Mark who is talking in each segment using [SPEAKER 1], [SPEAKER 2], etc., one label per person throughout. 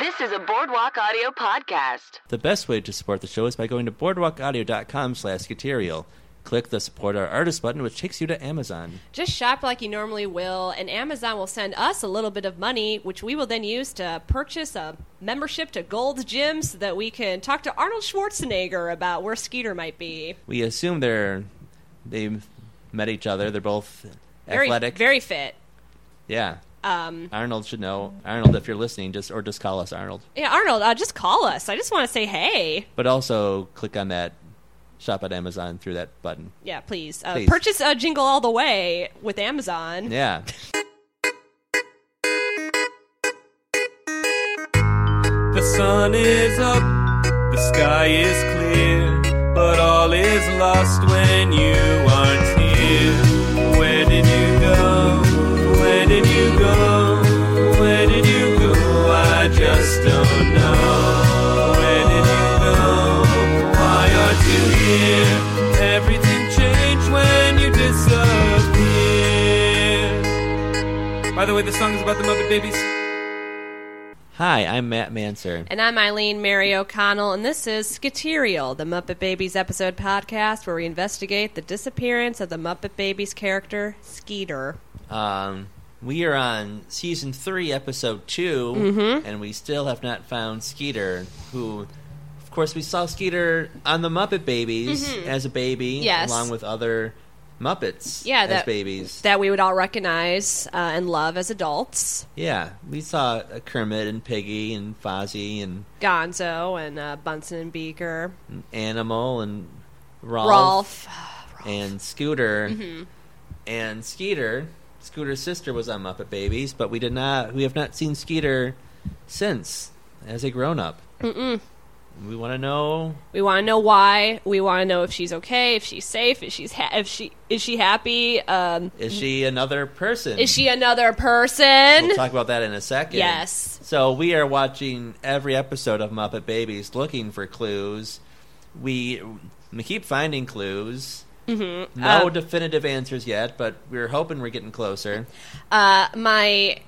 [SPEAKER 1] This is a Boardwalk Audio podcast.
[SPEAKER 2] The best way to support the show is by going to boardwalkaudio.com slash Skaterial. Click the support our artist button, which takes you to Amazon.
[SPEAKER 3] Just shop like you normally will, and Amazon will send us a little bit of money, which we will then use to purchase a membership to Gold's Gym so that we can talk to Arnold Schwarzenegger about where Skeeter might be.
[SPEAKER 2] We assume they're they met each other. They're both
[SPEAKER 3] Very,
[SPEAKER 2] athletic.
[SPEAKER 3] very fit.
[SPEAKER 2] yeah. Um, Arnold should know. Arnold, if you're listening, just or just call us Arnold.
[SPEAKER 3] Yeah, Arnold, uh, just call us. I just want to say hey.
[SPEAKER 2] But also click on that shop at Amazon through that button.
[SPEAKER 3] Yeah, please. Uh,
[SPEAKER 2] Please.
[SPEAKER 3] Purchase a Jingle All the Way with Amazon.
[SPEAKER 2] Yeah.
[SPEAKER 4] The sun is up, the sky is clear, but all is lost when you aren't here. Where did you go? Where did you go? Where did you go? I just don't know. Where did you go? Why aren't you here? Everything changed when you disappeared. By the way, the song is about the Muppet Babies.
[SPEAKER 2] Hi, I'm Matt Manser.
[SPEAKER 3] And I'm Eileen Mary O'Connell, and this is Skaterial, the Muppet Babies episode podcast where we investigate the disappearance of the Muppet Babies character, Skeeter.
[SPEAKER 2] Um, we are on season three, episode 2
[SPEAKER 3] Mm-hmm.
[SPEAKER 2] and we still have not found Skeeter, who, of course, we saw Skeeter on the Muppet Babies as a baby,
[SPEAKER 3] Mm-hmm. Yes.
[SPEAKER 2] along with other Muppets
[SPEAKER 3] Yeah,
[SPEAKER 2] as
[SPEAKER 3] that-
[SPEAKER 2] babies.
[SPEAKER 3] that we would all recognize uh, and love as adults.
[SPEAKER 2] yeah, we saw uh, Kermit and Piggy and Fozzie and
[SPEAKER 3] Gonzo and uh, Bunsen and Beaker,
[SPEAKER 2] Animal and Rolf,
[SPEAKER 3] Rolf.
[SPEAKER 2] and Scooter
[SPEAKER 3] Mm-hmm.
[SPEAKER 2] and Skeeter. Scooter's sister was on Muppet Babies, but we did not. We have not seen Skeeter since as a grown up. We want to know.
[SPEAKER 3] We want to know why. We want to know if she's okay, if she's safe, if she's ha- if she is she happy. Um,
[SPEAKER 2] Is she another person?
[SPEAKER 3] is she another person?
[SPEAKER 2] We'll talk about that in a second.
[SPEAKER 3] Yes.
[SPEAKER 2] So we are watching every episode of Muppet Babies, looking for clues. We we keep finding clues. Mm-hmm. No
[SPEAKER 3] Um,
[SPEAKER 2] definitive answers yet, but we're hoping we're getting closer.
[SPEAKER 3] uh, my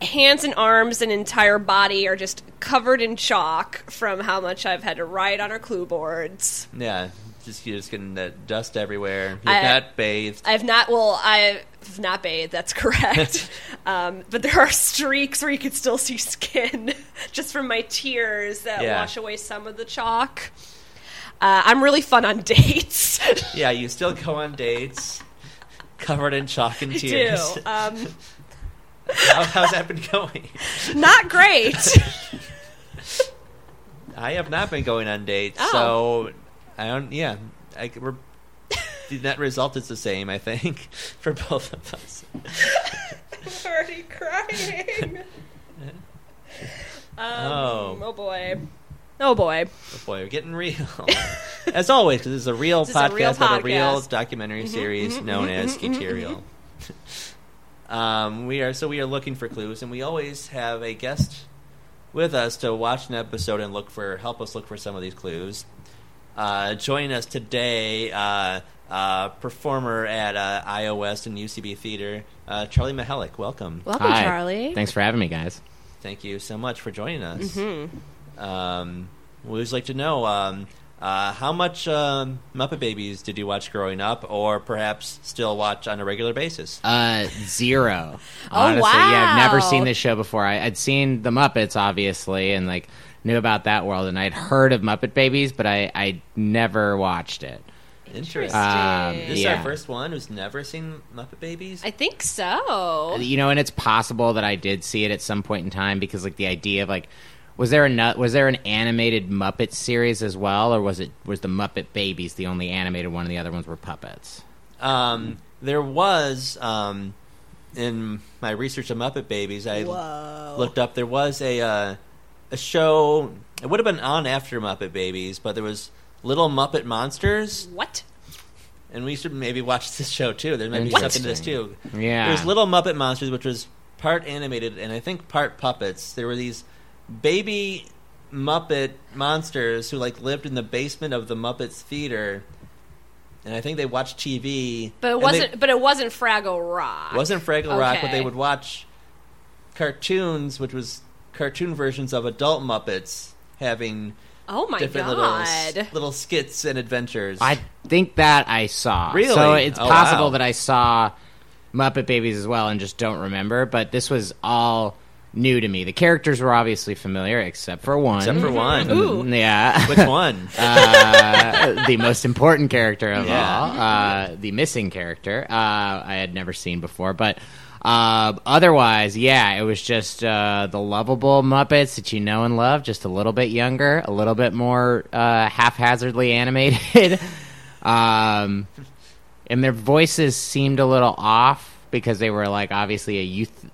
[SPEAKER 3] hands and arms and entire body are just covered in chalk from how much I've had to write on our clue boards.
[SPEAKER 2] Yeah, just you're just getting that dust everywhere. You're
[SPEAKER 3] I-
[SPEAKER 2] not bathed.
[SPEAKER 3] I've not. Well, I've not bathed. That's correct. um, but there are streaks where you can still see skin just from my tears that
[SPEAKER 2] Yeah.
[SPEAKER 3] wash away some of the chalk. Uh, I'm really fun on dates.
[SPEAKER 2] Yeah, you still go on dates covered in chalk and
[SPEAKER 3] Do
[SPEAKER 2] tears.
[SPEAKER 3] um,
[SPEAKER 2] How, how's that been going?
[SPEAKER 3] not great.
[SPEAKER 2] I have not been going on dates,
[SPEAKER 3] Oh.
[SPEAKER 2] so I don't. Yeah, I, we're the net result is the same. I think for both of us.
[SPEAKER 3] I'm already crying. Um,
[SPEAKER 2] Oh.
[SPEAKER 3] oh boy. Oh boy.
[SPEAKER 2] Oh boy, we're getting real. As always, 'cause this is a real
[SPEAKER 3] This is
[SPEAKER 2] podcast
[SPEAKER 3] a real
[SPEAKER 2] about a real
[SPEAKER 3] podcast. Mm-hmm,
[SPEAKER 2] documentary series known as Eterial. um, we are so we are looking for clues, and we always have a guest with us to watch an episode and look for help us look for some of these clues. Uh, joining us today, uh, uh, performer at uh, iOS and UCB Theater, uh, Charlie Mahalik. Welcome.
[SPEAKER 3] Welcome,
[SPEAKER 5] Hi.
[SPEAKER 3] Charlie.
[SPEAKER 5] Thanks for having me, guys.
[SPEAKER 2] Thank you so much for joining us. Um, we would just like to know um, uh, how much um, Muppet Babies did you watch growing up, or perhaps still watch on a regular basis?
[SPEAKER 5] Uh, zero.
[SPEAKER 3] Oh,
[SPEAKER 5] Honestly, yeah, I've never
[SPEAKER 3] wow.
[SPEAKER 5] seen this show before. I, I'd seen the Muppets, obviously, and like knew about that world, and I'd heard of Muppet Babies, but I I never watched it.
[SPEAKER 2] Interesting.
[SPEAKER 5] Um,
[SPEAKER 2] this is
[SPEAKER 5] yeah.
[SPEAKER 2] our first one who's never seen Muppet Babies.
[SPEAKER 3] I think so.
[SPEAKER 5] Uh, You know, and it's possible that I did see it at some point in time because like the idea of like. Was there a nu- was there an animated Muppet series as well, or was it was the Muppet Babies the only animated one? and The other ones were puppets.
[SPEAKER 2] Um, there was um, in my research of Muppet Babies, I looked up. There was a uh, a show. It would have been on after Muppet Babies, but there was Little Muppet Monsters.
[SPEAKER 3] What?
[SPEAKER 2] and we should maybe watch this show too. There might be something to this too.
[SPEAKER 5] Yeah.
[SPEAKER 2] There's Little Muppet Monsters, which was part animated and I think part puppets. There were these baby Muppet monsters who like lived in the basement of the Muppets Theater, and I think they watched TV.
[SPEAKER 3] But it
[SPEAKER 2] and they-
[SPEAKER 3] wasn't. but it wasn't Fraggle Rock.
[SPEAKER 2] it wasn't Fraggle Rock, but
[SPEAKER 3] Okay.
[SPEAKER 2] they would watch cartoons, which was cartoon versions of adult Muppets having
[SPEAKER 3] Oh my
[SPEAKER 2] different little
[SPEAKER 3] god.
[SPEAKER 2] s- little skits and adventures.
[SPEAKER 5] I think that I saw.
[SPEAKER 2] Really?
[SPEAKER 5] So it's
[SPEAKER 2] Oh,
[SPEAKER 5] possible
[SPEAKER 2] wow.
[SPEAKER 5] that I saw Muppet Babies as well and just don't remember, but this was all new to me. The characters were obviously familiar, except for one. Mm-hmm.
[SPEAKER 2] except for one.
[SPEAKER 3] Ooh.
[SPEAKER 5] Yeah.
[SPEAKER 2] Which one?
[SPEAKER 5] uh, the most important character of
[SPEAKER 2] Yeah.
[SPEAKER 5] all, uh, the missing character, uh, I had never seen before. But uh, otherwise, yeah, it was just uh, the lovable Muppets that you know and love, just a little bit younger, a little bit more uh, haphazardly animated. um, and their voices seemed a little off because they were like obviously a youth.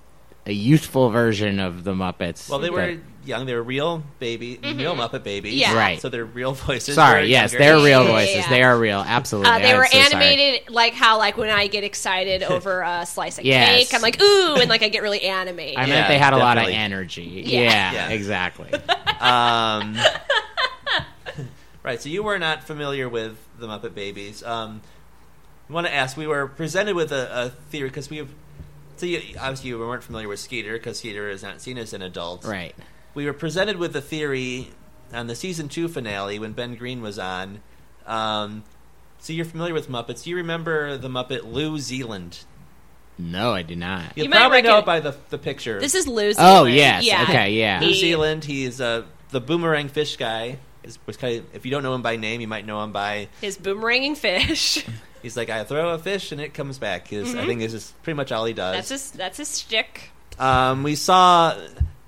[SPEAKER 5] A youthful version of the Muppets.
[SPEAKER 2] well, they were
[SPEAKER 5] that-
[SPEAKER 2] young. They were real baby, real Muppet babies.
[SPEAKER 3] Yeah.
[SPEAKER 5] Right.
[SPEAKER 2] So their real voices. were
[SPEAKER 5] Sorry, yes,
[SPEAKER 2] younger.
[SPEAKER 5] they're
[SPEAKER 3] Yeah,
[SPEAKER 5] real
[SPEAKER 3] yeah,
[SPEAKER 5] voices.
[SPEAKER 3] yeah.
[SPEAKER 5] They are real, absolutely.
[SPEAKER 3] Uh, they
[SPEAKER 5] I'm
[SPEAKER 3] were
[SPEAKER 5] so sorry.
[SPEAKER 3] animated like how like when I get excited over a slice of
[SPEAKER 5] Yes.
[SPEAKER 3] cake, I'm like ooh, and like I get really animated.
[SPEAKER 5] I meant
[SPEAKER 2] Yeah,
[SPEAKER 5] they had a lot of
[SPEAKER 2] definitely.
[SPEAKER 5] energy.
[SPEAKER 3] Yeah.
[SPEAKER 5] Yeah,
[SPEAKER 2] Yeah.
[SPEAKER 5] exactly.
[SPEAKER 2] Um, right, so you were not familiar with the Muppet Babies. Um, I want to ask, we were presented with a, a theory because we have. So you, obviously, you weren't familiar with Skeeter because Skeeter is not seen as an adult.
[SPEAKER 5] right.
[SPEAKER 2] We were presented with the theory on the season two finale when Ben Green was on. Um, so you're familiar with Muppets. Do you remember the Muppet Lou Zealand?
[SPEAKER 5] No, I do not.
[SPEAKER 2] You,
[SPEAKER 3] You might
[SPEAKER 2] probably know
[SPEAKER 3] recogn-
[SPEAKER 2] by the, the picture.
[SPEAKER 3] This is Lou.
[SPEAKER 5] Oh
[SPEAKER 3] Zealand.
[SPEAKER 5] yes. Okay.
[SPEAKER 2] New
[SPEAKER 5] Yeah.
[SPEAKER 3] He-
[SPEAKER 2] Zealand. He is uh, the boomerang fish guy. Is, was kind of, if you don't know him by name, you might know him by
[SPEAKER 3] His boomeranging fish.
[SPEAKER 2] he's like I throw a fish and it comes back. Is I think this is pretty much all he does.
[SPEAKER 3] Mm-hmm. that's his. That's his shtick.
[SPEAKER 2] um, we saw,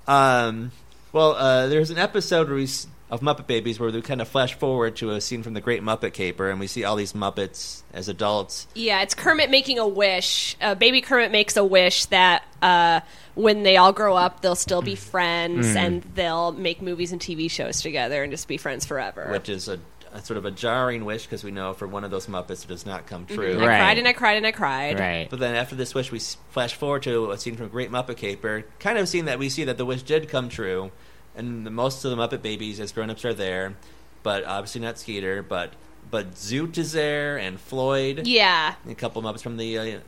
[SPEAKER 2] um, well, uh, there's an episode where we, s- of Muppet Babies where we kind of flash forward to a scene from the Great Muppet Caper, and we see all these Muppets as adults.
[SPEAKER 3] Yeah, it's Kermit making a wish. Uh, baby Kermit makes a wish that uh, when they all grow up, they'll still be friends
[SPEAKER 5] Hmm.
[SPEAKER 3] and they'll make movies and TV shows together and just be friends forever.
[SPEAKER 2] which is a, a sort of a jarring wish because we know for one of those Muppets it does not come true.
[SPEAKER 3] I
[SPEAKER 5] Right.
[SPEAKER 3] cried and I cried and I cried.
[SPEAKER 5] Right.
[SPEAKER 2] But then after this wish, we s- flash forward to a scene from Great Muppet Caper, kind of seeing that we see that the wish did come true, and the, most of the Muppet babies as grown-ups are there, but obviously not Skeeter, but but Zoot is there and Floyd,
[SPEAKER 3] Yeah.
[SPEAKER 2] and a couple Muppets from the uh,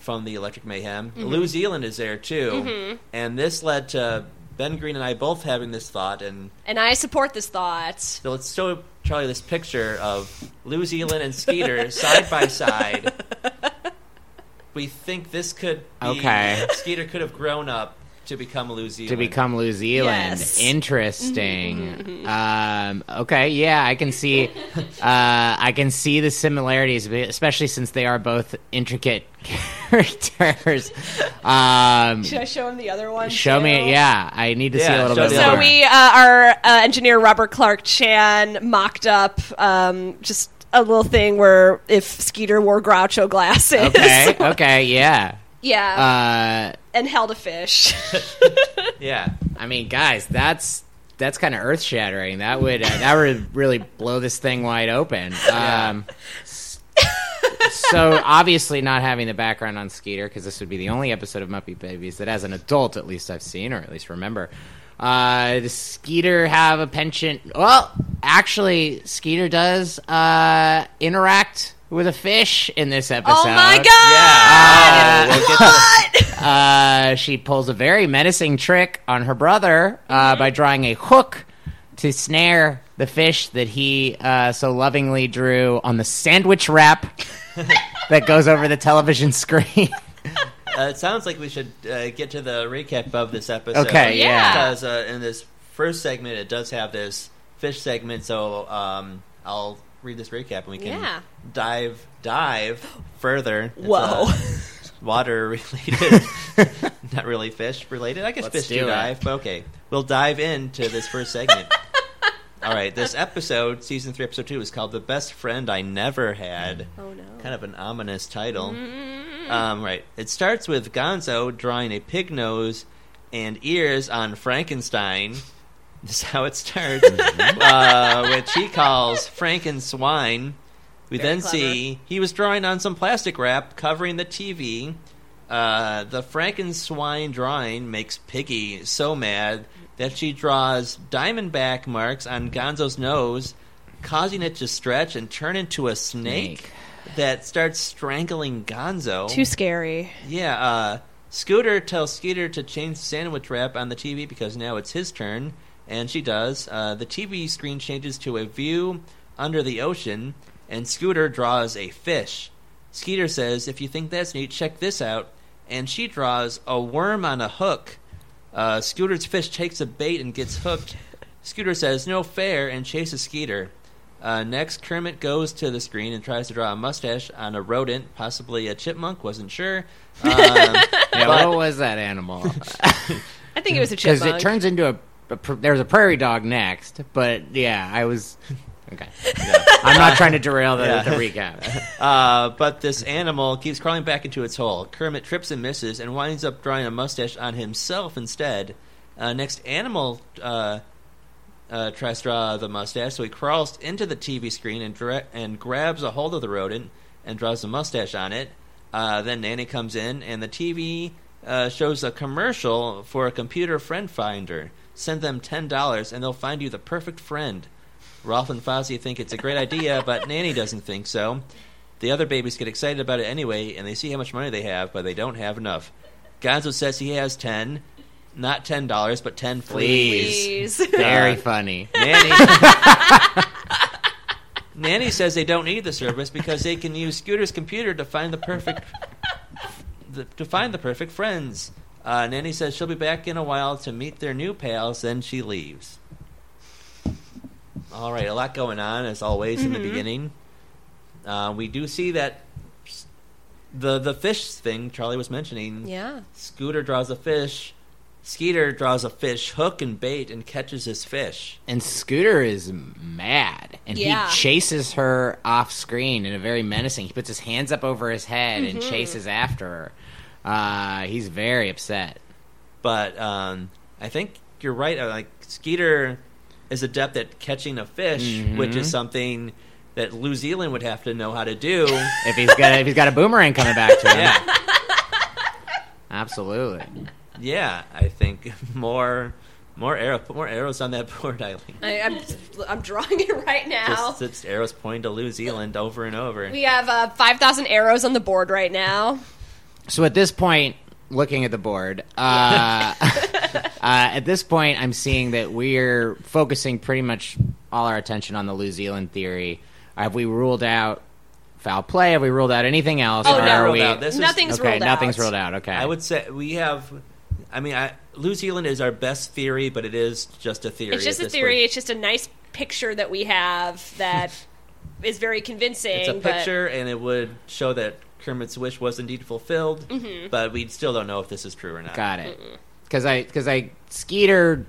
[SPEAKER 2] from the Electric Mayhem. Lou Zealand is there too, and this led to Ben Green and I both having this thought, and
[SPEAKER 3] And I support this thought.
[SPEAKER 2] so let's show Charlie this picture of Lou Zealand and Skeeter side by side. We think this could be,
[SPEAKER 5] Okay.
[SPEAKER 2] Skeeter could have grown up to become Lou Zealand.
[SPEAKER 5] To become New Zealand.
[SPEAKER 3] Yes. Mm-hmm,
[SPEAKER 5] Interesting. Um, okay. Yeah, I can see. Uh, I can see the similarities, especially since they are both intricate characters. Um,
[SPEAKER 3] Should I show him the other one?
[SPEAKER 5] show me.
[SPEAKER 3] too?
[SPEAKER 5] it. Yeah, I need to see
[SPEAKER 2] Yeah,
[SPEAKER 5] a little
[SPEAKER 2] show the
[SPEAKER 5] bit more.
[SPEAKER 2] other
[SPEAKER 3] So
[SPEAKER 2] Sure.
[SPEAKER 3] we, uh, our uh, engineer Robert Clark Chan mocked up um, just a little thing where if Skeeter wore Groucho glasses,
[SPEAKER 5] okay. Okay. Yeah.
[SPEAKER 3] yeah,
[SPEAKER 5] Uh,
[SPEAKER 3] and held a fish.
[SPEAKER 2] yeah.
[SPEAKER 5] I mean, guys, that's that's kind of earth shattering. That would uh, that would really blow this thing wide open. Um, s- so obviously, not having the background on Skeeter because this would be the only episode of Muppet Babies that, as an adult, at least I've seen or at least remember. Uh, does Skeeter have a penchant? Well, actually, Skeeter does uh, interact with a fish in this episode.
[SPEAKER 3] oh my god!
[SPEAKER 5] Ah!
[SPEAKER 2] Yeah. we'll get to-
[SPEAKER 5] Uh, she pulls a very menacing trick on her brother uh, by drawing a hook to snare the fish that he uh, so lovingly drew on the sandwich wrap that goes over the television screen.
[SPEAKER 2] uh, it sounds like we should uh, get to the recap of this episode.
[SPEAKER 5] Okay,
[SPEAKER 3] yeah.
[SPEAKER 2] Because uh, in this first segment, it does have this fish segment, so um, I'll read this recap and we can
[SPEAKER 3] Yeah.
[SPEAKER 2] dive dive further. It's,
[SPEAKER 3] Whoa.
[SPEAKER 2] uh, water related, not really fish related. I guess
[SPEAKER 5] Let's
[SPEAKER 2] fish do,
[SPEAKER 5] do it.
[SPEAKER 2] dive, but okay. We'll dive into this first segment. All right, this episode, season three, episode two, is called "The Best Friend I Never Had."
[SPEAKER 3] Oh, no.
[SPEAKER 2] Kind of an ominous title.
[SPEAKER 3] Mm-hmm.
[SPEAKER 2] Um, right. It starts with Gonzo drawing a pig nose and ears on Frankenstein. That's how it starts, uh, which he calls Frankenswine. We
[SPEAKER 3] Very
[SPEAKER 2] then
[SPEAKER 3] clever.
[SPEAKER 2] see he was drawing on some plastic wrap covering the TV. Uh, the Frankenswine drawing makes Piggy so mad that she draws diamondback marks on Gonzo's nose, causing it to stretch and turn into a snake,
[SPEAKER 5] Snake.
[SPEAKER 2] that starts strangling Gonzo.
[SPEAKER 3] Too scary.
[SPEAKER 2] yeah, uh, Scooter tells Skeeter to change the sandwich wrap on the TV because now it's his turn, and she does. Uh, the TV screen changes to a view under the ocean, and Scooter draws a fish. Skeeter says, If you think that's neat, check this out. And she draws a worm on a hook. Uh, Scooter's fish takes a bait and gets hooked. Scooter says, No fair, and chases Skeeter. Uh, next, Kermit goes to the screen and tries to draw a mustache on a rodent, possibly a chipmunk, wasn't sure. Um,
[SPEAKER 5] Yeah,
[SPEAKER 2] But-
[SPEAKER 5] what was that animal?
[SPEAKER 3] I think it was a
[SPEAKER 5] Because
[SPEAKER 3] chipmunk.
[SPEAKER 5] it turns into a, a pr- there's a prairie dog next, but yeah, I was okay. I'm not trying to derail the,
[SPEAKER 2] Yeah.
[SPEAKER 5] the recap.
[SPEAKER 2] Uh, but this animal keeps crawling back into its hole. Kermit trips and misses and winds up drawing a mustache on himself instead. Uh, next, animal uh, uh, tries to draw the mustache, so he crawls into the TV screen and, dra- and grabs a hold of the rodent and draws a mustache on it. Uh, then Nanny comes in, and the TV uh, shows a commercial for a computer friend finder. Send them $10 and they'll find you the perfect friend. Rolf and Fozzie think it's a great idea, but Nanny doesn't think so. The other babies get excited about it anyway, and they see how much money they have, but they don't have enough. Gonzo says he has ten, not ten dollars, but ten fleas.
[SPEAKER 3] Please.
[SPEAKER 5] Very funny.
[SPEAKER 2] Nanny. Nanny says they don't need the service because they can use Scooter's computer to find the perfect the, to find the perfect friends. Uh, Nanny says she'll be back in a while to meet their new pals. Then she leaves. All right, a lot going on as always in the beginning. Uh, we do see that s- the the fish thing Charlie was mentioning.
[SPEAKER 3] yeah.
[SPEAKER 2] Scooter draws a fish. Skeeter draws a fish hook and bait and catches his fish.
[SPEAKER 5] And Scooter is mad, and
[SPEAKER 3] Yeah.
[SPEAKER 5] he chases her off screen in a very menacing. He puts his hands up over his head and
[SPEAKER 3] Mm-hmm.
[SPEAKER 5] chases after her. Uh, he's very upset.
[SPEAKER 2] but um, I think you're right. uh, Like Skeeter is adept at catching a fish, which is something that New Zealand would have to know how to do.
[SPEAKER 5] If he's got if he's got a boomerang coming back to him,
[SPEAKER 2] yeah,
[SPEAKER 5] absolutely.
[SPEAKER 2] yeah. I think more, more arrow, put more arrows on that board, Eileen.
[SPEAKER 3] I, I'm, I'm drawing it right now.
[SPEAKER 2] Just, just arrows pointing to New Zealand over and over.
[SPEAKER 3] we have uh, 5,000 arrows on the board right now.
[SPEAKER 5] So at this point, looking at the board, uh, uh, at this point, I'm seeing that we're focusing pretty much all our attention on the New Zealand theory. Have we ruled out foul play? Have we ruled out anything else?
[SPEAKER 3] Oh,
[SPEAKER 5] Or
[SPEAKER 3] no.
[SPEAKER 5] are
[SPEAKER 2] Ruled
[SPEAKER 5] we?
[SPEAKER 2] out. This is-
[SPEAKER 3] Nothing's
[SPEAKER 5] okay,
[SPEAKER 3] ruled
[SPEAKER 5] nothing's
[SPEAKER 3] out.
[SPEAKER 5] ruled out. Okay,
[SPEAKER 2] I would say we have. I mean, I, New Zealand is our best theory, but it is just a theory.
[SPEAKER 3] It's just
[SPEAKER 2] at
[SPEAKER 3] a
[SPEAKER 2] this
[SPEAKER 3] theory.
[SPEAKER 2] point.
[SPEAKER 3] It's just a nice picture that we have that is very convincing.
[SPEAKER 2] It's a
[SPEAKER 3] but-
[SPEAKER 2] picture, and it would show that Kermit's wish was indeed fulfilled,
[SPEAKER 3] Mm-hmm.
[SPEAKER 2] but we still don't know if this is true or not.
[SPEAKER 5] Got it. Because I because I Skeeter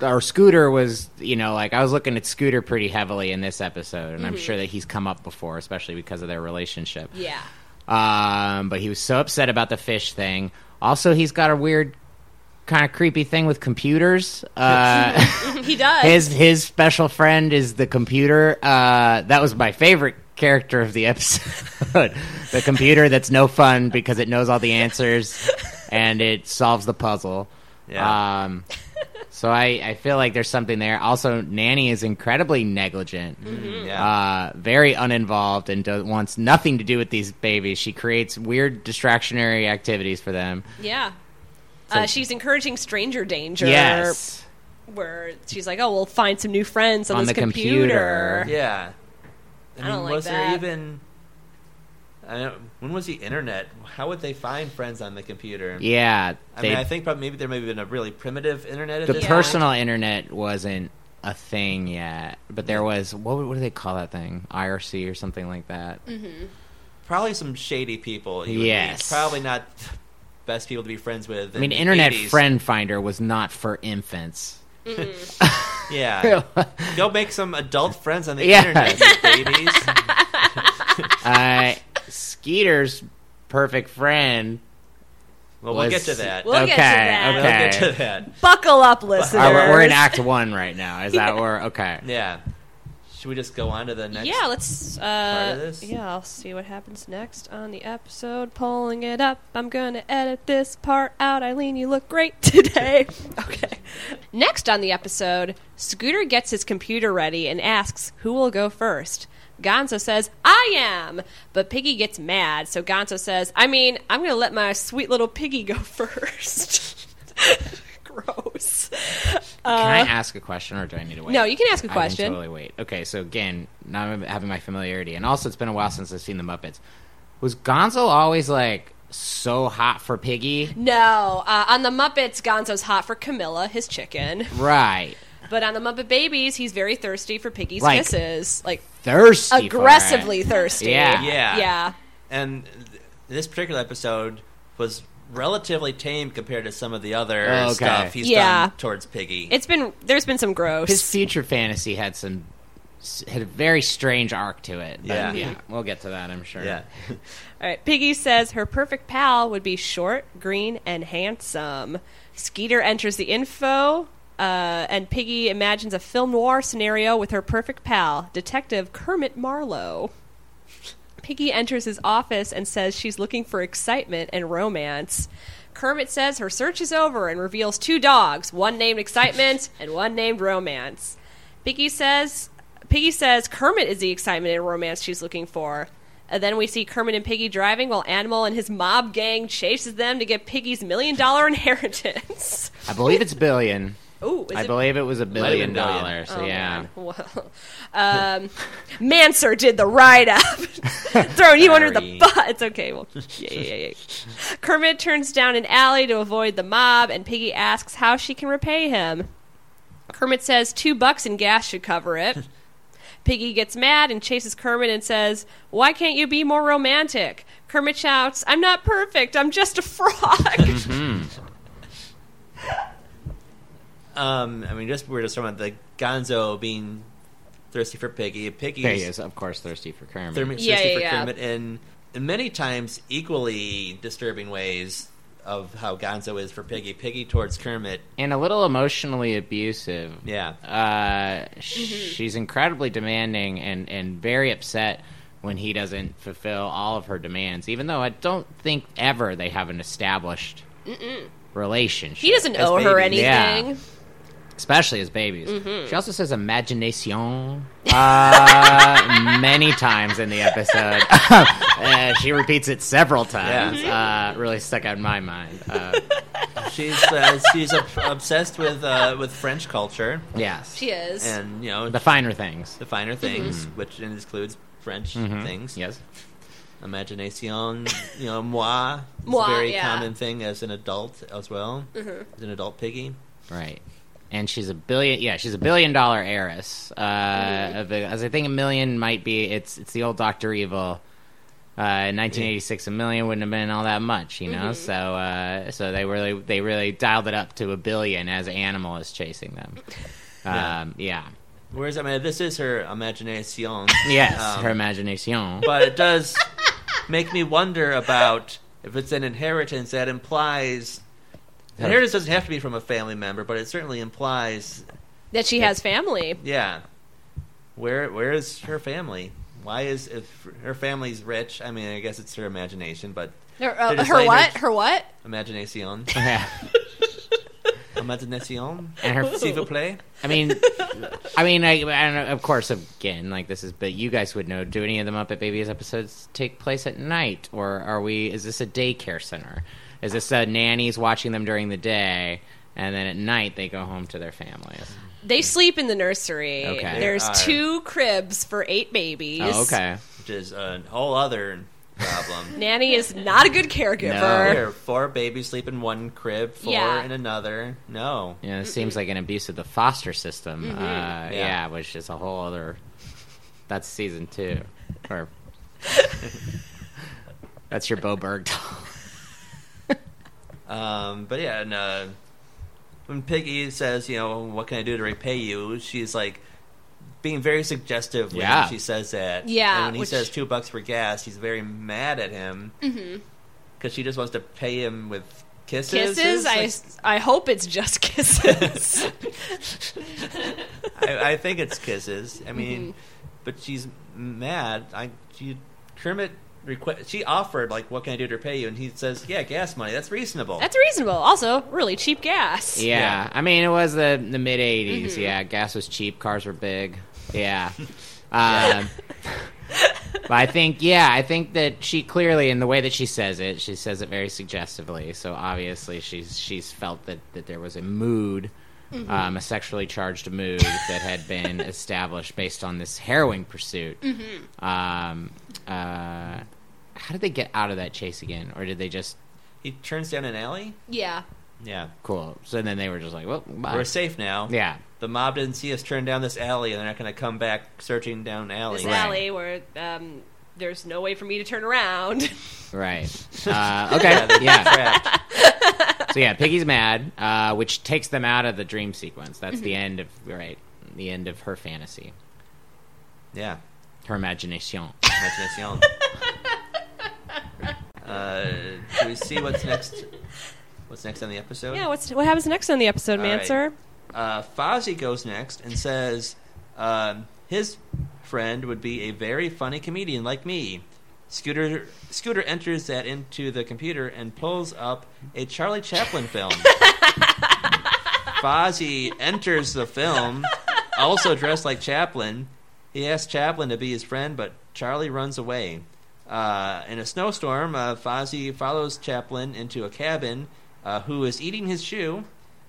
[SPEAKER 5] or Scooter was you know like I was looking at Scooter pretty heavily in this episode, and I'm
[SPEAKER 3] Mm-hmm.
[SPEAKER 5] sure that he's come up before, especially because of their relationship.
[SPEAKER 3] Yeah.
[SPEAKER 5] Um, but he was so upset about the fish thing. Also, he's got a weird kind of creepy thing with computers. Uh,
[SPEAKER 3] He does.
[SPEAKER 5] his his special friend is the computer. Uh, that was my favorite character of the episode. the computer that's no fun because it knows all the answers and it solves the puzzle.
[SPEAKER 2] Yeah.
[SPEAKER 5] Um, so I, I feel like there's something there. Also, Nanny is incredibly negligent,
[SPEAKER 2] Mm-hmm.
[SPEAKER 3] Mm.
[SPEAKER 2] Yeah.
[SPEAKER 5] uh, very uninvolved, and do- wants nothing to do with these babies. She creates weird distractionary activities for them.
[SPEAKER 3] yeah. uh, she's encouraging stranger danger.
[SPEAKER 5] Yes.
[SPEAKER 3] Where she's like, oh, we'll find some new friends on,
[SPEAKER 5] On
[SPEAKER 3] this
[SPEAKER 5] the computer.
[SPEAKER 2] Yeah. I,
[SPEAKER 3] don't like
[SPEAKER 2] was
[SPEAKER 3] that.
[SPEAKER 2] there even. I don't, when was the internet? How would they find friends on the computer?
[SPEAKER 5] Yeah.
[SPEAKER 2] I
[SPEAKER 5] they-
[SPEAKER 2] mean, I think probably maybe there may have been a really primitive internet at
[SPEAKER 5] the
[SPEAKER 2] this
[SPEAKER 5] personal internet wasn't a thing yet, but there was what what do they call that thing? IRC or something like that.
[SPEAKER 2] Mm-hmm. point. Probably some shady people. you would
[SPEAKER 5] Yes.
[SPEAKER 2] meet. Probably not the best people to be friends with.
[SPEAKER 5] I
[SPEAKER 2] in
[SPEAKER 5] mean,
[SPEAKER 2] the
[SPEAKER 5] Internet
[SPEAKER 2] 80s.
[SPEAKER 5] Friend Finder was not for infants.
[SPEAKER 2] Yeah.
[SPEAKER 5] uh,
[SPEAKER 2] Go make some adult friends on the
[SPEAKER 5] Yeah.
[SPEAKER 2] internet, you babies.
[SPEAKER 5] Uh, Skeeter's perfect friend.
[SPEAKER 2] Well, we'll
[SPEAKER 5] was-
[SPEAKER 2] get to that.
[SPEAKER 3] We'll
[SPEAKER 5] okay,
[SPEAKER 3] get to that.
[SPEAKER 2] We'll
[SPEAKER 5] okay.
[SPEAKER 2] get to that.
[SPEAKER 3] Buckle up, listeners.
[SPEAKER 5] All right, uh, we're in Act One right now. Is that where? Okay.
[SPEAKER 2] Yeah. Should we just go on to the next?
[SPEAKER 3] Yeah, let's. Uh,
[SPEAKER 2] of this?
[SPEAKER 3] Yeah, I'll see what happens next on the episode. Pulling it up. I'm gonna edit this part out. Eileen, you look great today. okay. Next on the episode, Scooter gets his computer ready and asks who will go first. Gonzo says, I am. But Piggy gets mad. So Gonzo says, I mean, I'm going to let my sweet little piggy go first. Gross. Uh,
[SPEAKER 5] Can I ask a question, or do I need to wait?
[SPEAKER 3] No, you can ask a
[SPEAKER 5] I
[SPEAKER 3] question.
[SPEAKER 5] can totally wait. Okay, so again, now I'm having my familiarity, and also it's been a while since I've seen the Muppets. Was Gonzo always like so hot for Piggy?
[SPEAKER 3] No, uh, on the Muppets, Gonzo's hot for Camilla, his chicken.
[SPEAKER 5] Right,
[SPEAKER 3] But on the Muppet Babies, he's very thirsty for Piggy's
[SPEAKER 5] Like-
[SPEAKER 3] kisses, like
[SPEAKER 5] thirsty, for it.
[SPEAKER 3] aggressively thirsty.
[SPEAKER 5] Yeah.
[SPEAKER 2] Yeah.
[SPEAKER 3] yeah.
[SPEAKER 2] And th- this particular episode was relatively tame compared to some of the other
[SPEAKER 5] Oh, Okay.
[SPEAKER 2] stuff he's
[SPEAKER 3] Yeah.
[SPEAKER 2] done towards Piggy.
[SPEAKER 3] It's been there's been some gross.
[SPEAKER 5] His future fantasy had some had a very strange arc to it. but
[SPEAKER 2] Yeah.
[SPEAKER 5] yeah, we'll get to that, I'm sure.
[SPEAKER 2] yeah.
[SPEAKER 3] All right, Piggy says her perfect pal would be short, green, and handsome. Skeeter enters the info, uh, and Piggy imagines a film noir scenario with her perfect pal, Detective Kermit Marlowe. Piggy enters his office and says she's looking for excitement and romance. Kermit says her search is over and reveals two dogs, one named Excitement and one named Romance. Piggy says Piggy says Kermit is the excitement and romance she's looking for. And then we see Kermit and Piggy driving while Animal and his mob gang chases them to get Piggy's million dollar inheritance.
[SPEAKER 5] I believe it's billion.
[SPEAKER 3] Ooh, is
[SPEAKER 5] I
[SPEAKER 3] it-
[SPEAKER 5] believe it was a billion
[SPEAKER 2] been billion.
[SPEAKER 5] dollars.
[SPEAKER 3] Oh,
[SPEAKER 5] yeah.
[SPEAKER 3] man. Well, um, Manser did the write up, throwing you under the
[SPEAKER 2] Sorry.
[SPEAKER 3] bus. It's okay. Well, yeah, yeah, yeah, yeah. Kermit turns down an alley to avoid the mob, and Piggy asks how she can repay him. Kermit says two bucks in gas should cover it. Piggy gets mad and chases Kermit and says, Why can't you be more romantic? Kermit shouts, I'm not perfect, I'm just a frog.
[SPEAKER 2] Um, I mean, just we were just talking about the Gonzo being thirsty for Piggy. Piggy's
[SPEAKER 5] There he is, of course, thirsty for Kermit.
[SPEAKER 2] Therm- thirsty
[SPEAKER 3] Yeah, yeah,
[SPEAKER 2] for
[SPEAKER 3] yeah.
[SPEAKER 2] Kermit in, in many times equally disturbing ways of how Gonzo is for Piggy. Piggy towards Kermit.
[SPEAKER 5] and a little emotionally abusive.
[SPEAKER 2] Yeah.
[SPEAKER 5] Uh,
[SPEAKER 3] Mm-hmm.
[SPEAKER 5] sh- She's incredibly demanding and, and very upset when he doesn't fulfill all of her demands, even though I don't think ever they have an established relationship.
[SPEAKER 3] he doesn't
[SPEAKER 2] As
[SPEAKER 3] owe her
[SPEAKER 2] babies.
[SPEAKER 3] anything.
[SPEAKER 5] Yeah. especially as babies.
[SPEAKER 3] Mm-hmm.
[SPEAKER 5] She also says imagination uh, many times in the episode. Uh, she repeats it several times.
[SPEAKER 3] Mm-hmm.
[SPEAKER 5] Uh, really stuck out in my mind. Uh,
[SPEAKER 2] She's uh, she's ob- obsessed with uh, with French culture
[SPEAKER 5] yes,
[SPEAKER 3] She is.
[SPEAKER 2] and you know
[SPEAKER 5] the finer things.
[SPEAKER 2] the finer
[SPEAKER 3] Mm-hmm.
[SPEAKER 2] things, which includes French
[SPEAKER 5] Mm-hmm.
[SPEAKER 2] things.
[SPEAKER 5] Yes.
[SPEAKER 2] Imagination, you know, moi, is
[SPEAKER 3] Moi,
[SPEAKER 2] a very
[SPEAKER 3] yeah. Mm-hmm.
[SPEAKER 2] common thing as an adult as well. As an adult piggy.
[SPEAKER 5] Right. And she's a billion. Yeah, she's a billion dollar heiress. Uh, of a- as I think a million might be. It's it's the old Doctor Evil. Uh, in 1986, a million wouldn't have been all that much, you
[SPEAKER 2] Mm-hmm.
[SPEAKER 5] know. So, uh, so they really they really dialed it up to a billion as Animal is chasing them. Um, yeah.
[SPEAKER 2] Whereas I mean, this is her imagination.
[SPEAKER 5] Yes,
[SPEAKER 2] Um,
[SPEAKER 5] her imagination.
[SPEAKER 2] but it does make me wonder about if it's an inheritance that implies inheritance doesn't have to be from a family member, but it certainly implies,
[SPEAKER 3] That she has family.
[SPEAKER 2] yeah, where where is her family? Why is if her family's rich? I mean, I guess it's her imagination, but
[SPEAKER 3] Her,
[SPEAKER 2] They're
[SPEAKER 3] uh,
[SPEAKER 2] just
[SPEAKER 3] her
[SPEAKER 2] letting
[SPEAKER 3] what?
[SPEAKER 2] her-
[SPEAKER 3] Her what?
[SPEAKER 2] imagination,
[SPEAKER 5] Yeah.
[SPEAKER 2] imagination,
[SPEAKER 5] and her
[SPEAKER 2] s'il vous plaît.
[SPEAKER 5] I mean, I mean, I, I don't know, of course, again, like this is, but you guys would know. Do any of the Muppet Babies episodes take place at night, or are we? Is this a daycare center? Is this uh, nannies watching them during the day, and then at night they go home to their families?
[SPEAKER 3] They sleep in the nursery.
[SPEAKER 5] Okay.
[SPEAKER 3] There's
[SPEAKER 2] There are-
[SPEAKER 3] two cribs for eight babies.
[SPEAKER 5] Oh, okay,
[SPEAKER 2] which is a whole other problem.
[SPEAKER 3] Nanny is not a good caregiver.
[SPEAKER 2] Here, four babies sleep in one crib, four
[SPEAKER 3] Yeah.
[SPEAKER 2] in another. No,
[SPEAKER 5] you know, it seems like an abuse of the foster system. Uh, yeah.
[SPEAKER 2] Yeah.
[SPEAKER 5] which is a whole other. That's season two, or that's your Bo Berg.
[SPEAKER 2] Um, but yeah, and uh, when Piggy says, you know, what can I do to repay you? She's like being very suggestive when
[SPEAKER 5] Yeah.
[SPEAKER 2] she says that.
[SPEAKER 3] Yeah,
[SPEAKER 2] And when he
[SPEAKER 3] which-
[SPEAKER 2] says two bucks for gas, he's very mad at him because
[SPEAKER 3] Mm-hmm.
[SPEAKER 2] she just wants to pay him with kisses.
[SPEAKER 3] Kisses. I,
[SPEAKER 2] It's
[SPEAKER 3] I hope it's just kisses.
[SPEAKER 2] like- I, I think it's kisses. I mean,
[SPEAKER 3] Mm-hmm.
[SPEAKER 2] but she's mad. I she, Kermit. Requ- she offered like, "What can I do to repay you?" And he says, "Yeah, gas money. That's reasonable."
[SPEAKER 3] That's reasonable. Also, really cheap gas.
[SPEAKER 5] Yeah.
[SPEAKER 2] Yeah.
[SPEAKER 5] I mean it was the the mid '80s. Yeah, gas was cheap, cars were big. Yeah, Um, but I think, yeah, I think that she clearly, in the way that she says it, she says it very suggestively. So obviously, she's she's felt that that there was a mood, um, a sexually charged mood that had been established based on this harrowing pursuit. Um, uh, how did they get out of that chase again, or did they just
[SPEAKER 2] He turns down an alley.
[SPEAKER 3] Yeah.
[SPEAKER 2] Yeah,
[SPEAKER 5] cool? So then they were just like, well, bye.
[SPEAKER 2] we're safe now.
[SPEAKER 5] yeah,
[SPEAKER 2] The mob didn't see us turn down this alley, and they're not going to come back searching down alley.
[SPEAKER 3] This alley where um, there's no way for me to turn around.
[SPEAKER 5] right, uh, okay, yeah.
[SPEAKER 2] Trapped.
[SPEAKER 5] so yeah, Piggy's mad, uh, which takes them out of the dream sequence. That's the end of right, the end of her fantasy,
[SPEAKER 2] Yeah.
[SPEAKER 5] her imagination.
[SPEAKER 2] Imagination. uh, do we see what's next? What's next on the episode?
[SPEAKER 3] yeah. What's what happens next on the episode,
[SPEAKER 2] All right.
[SPEAKER 3] Manser?
[SPEAKER 2] uh, Fozzie goes next and says um, his friend would be a very funny comedian like me. Scooter Scooter enters that into the computer and pulls up a Charlie Chaplin film. Fozzie enters the film, also dressed like Chaplin. He asks Chaplin to be his friend, but Charlie runs away. Uh, in a snowstorm, uh, Fozzie follows Chaplin into a cabin, uh, who is eating his shoe.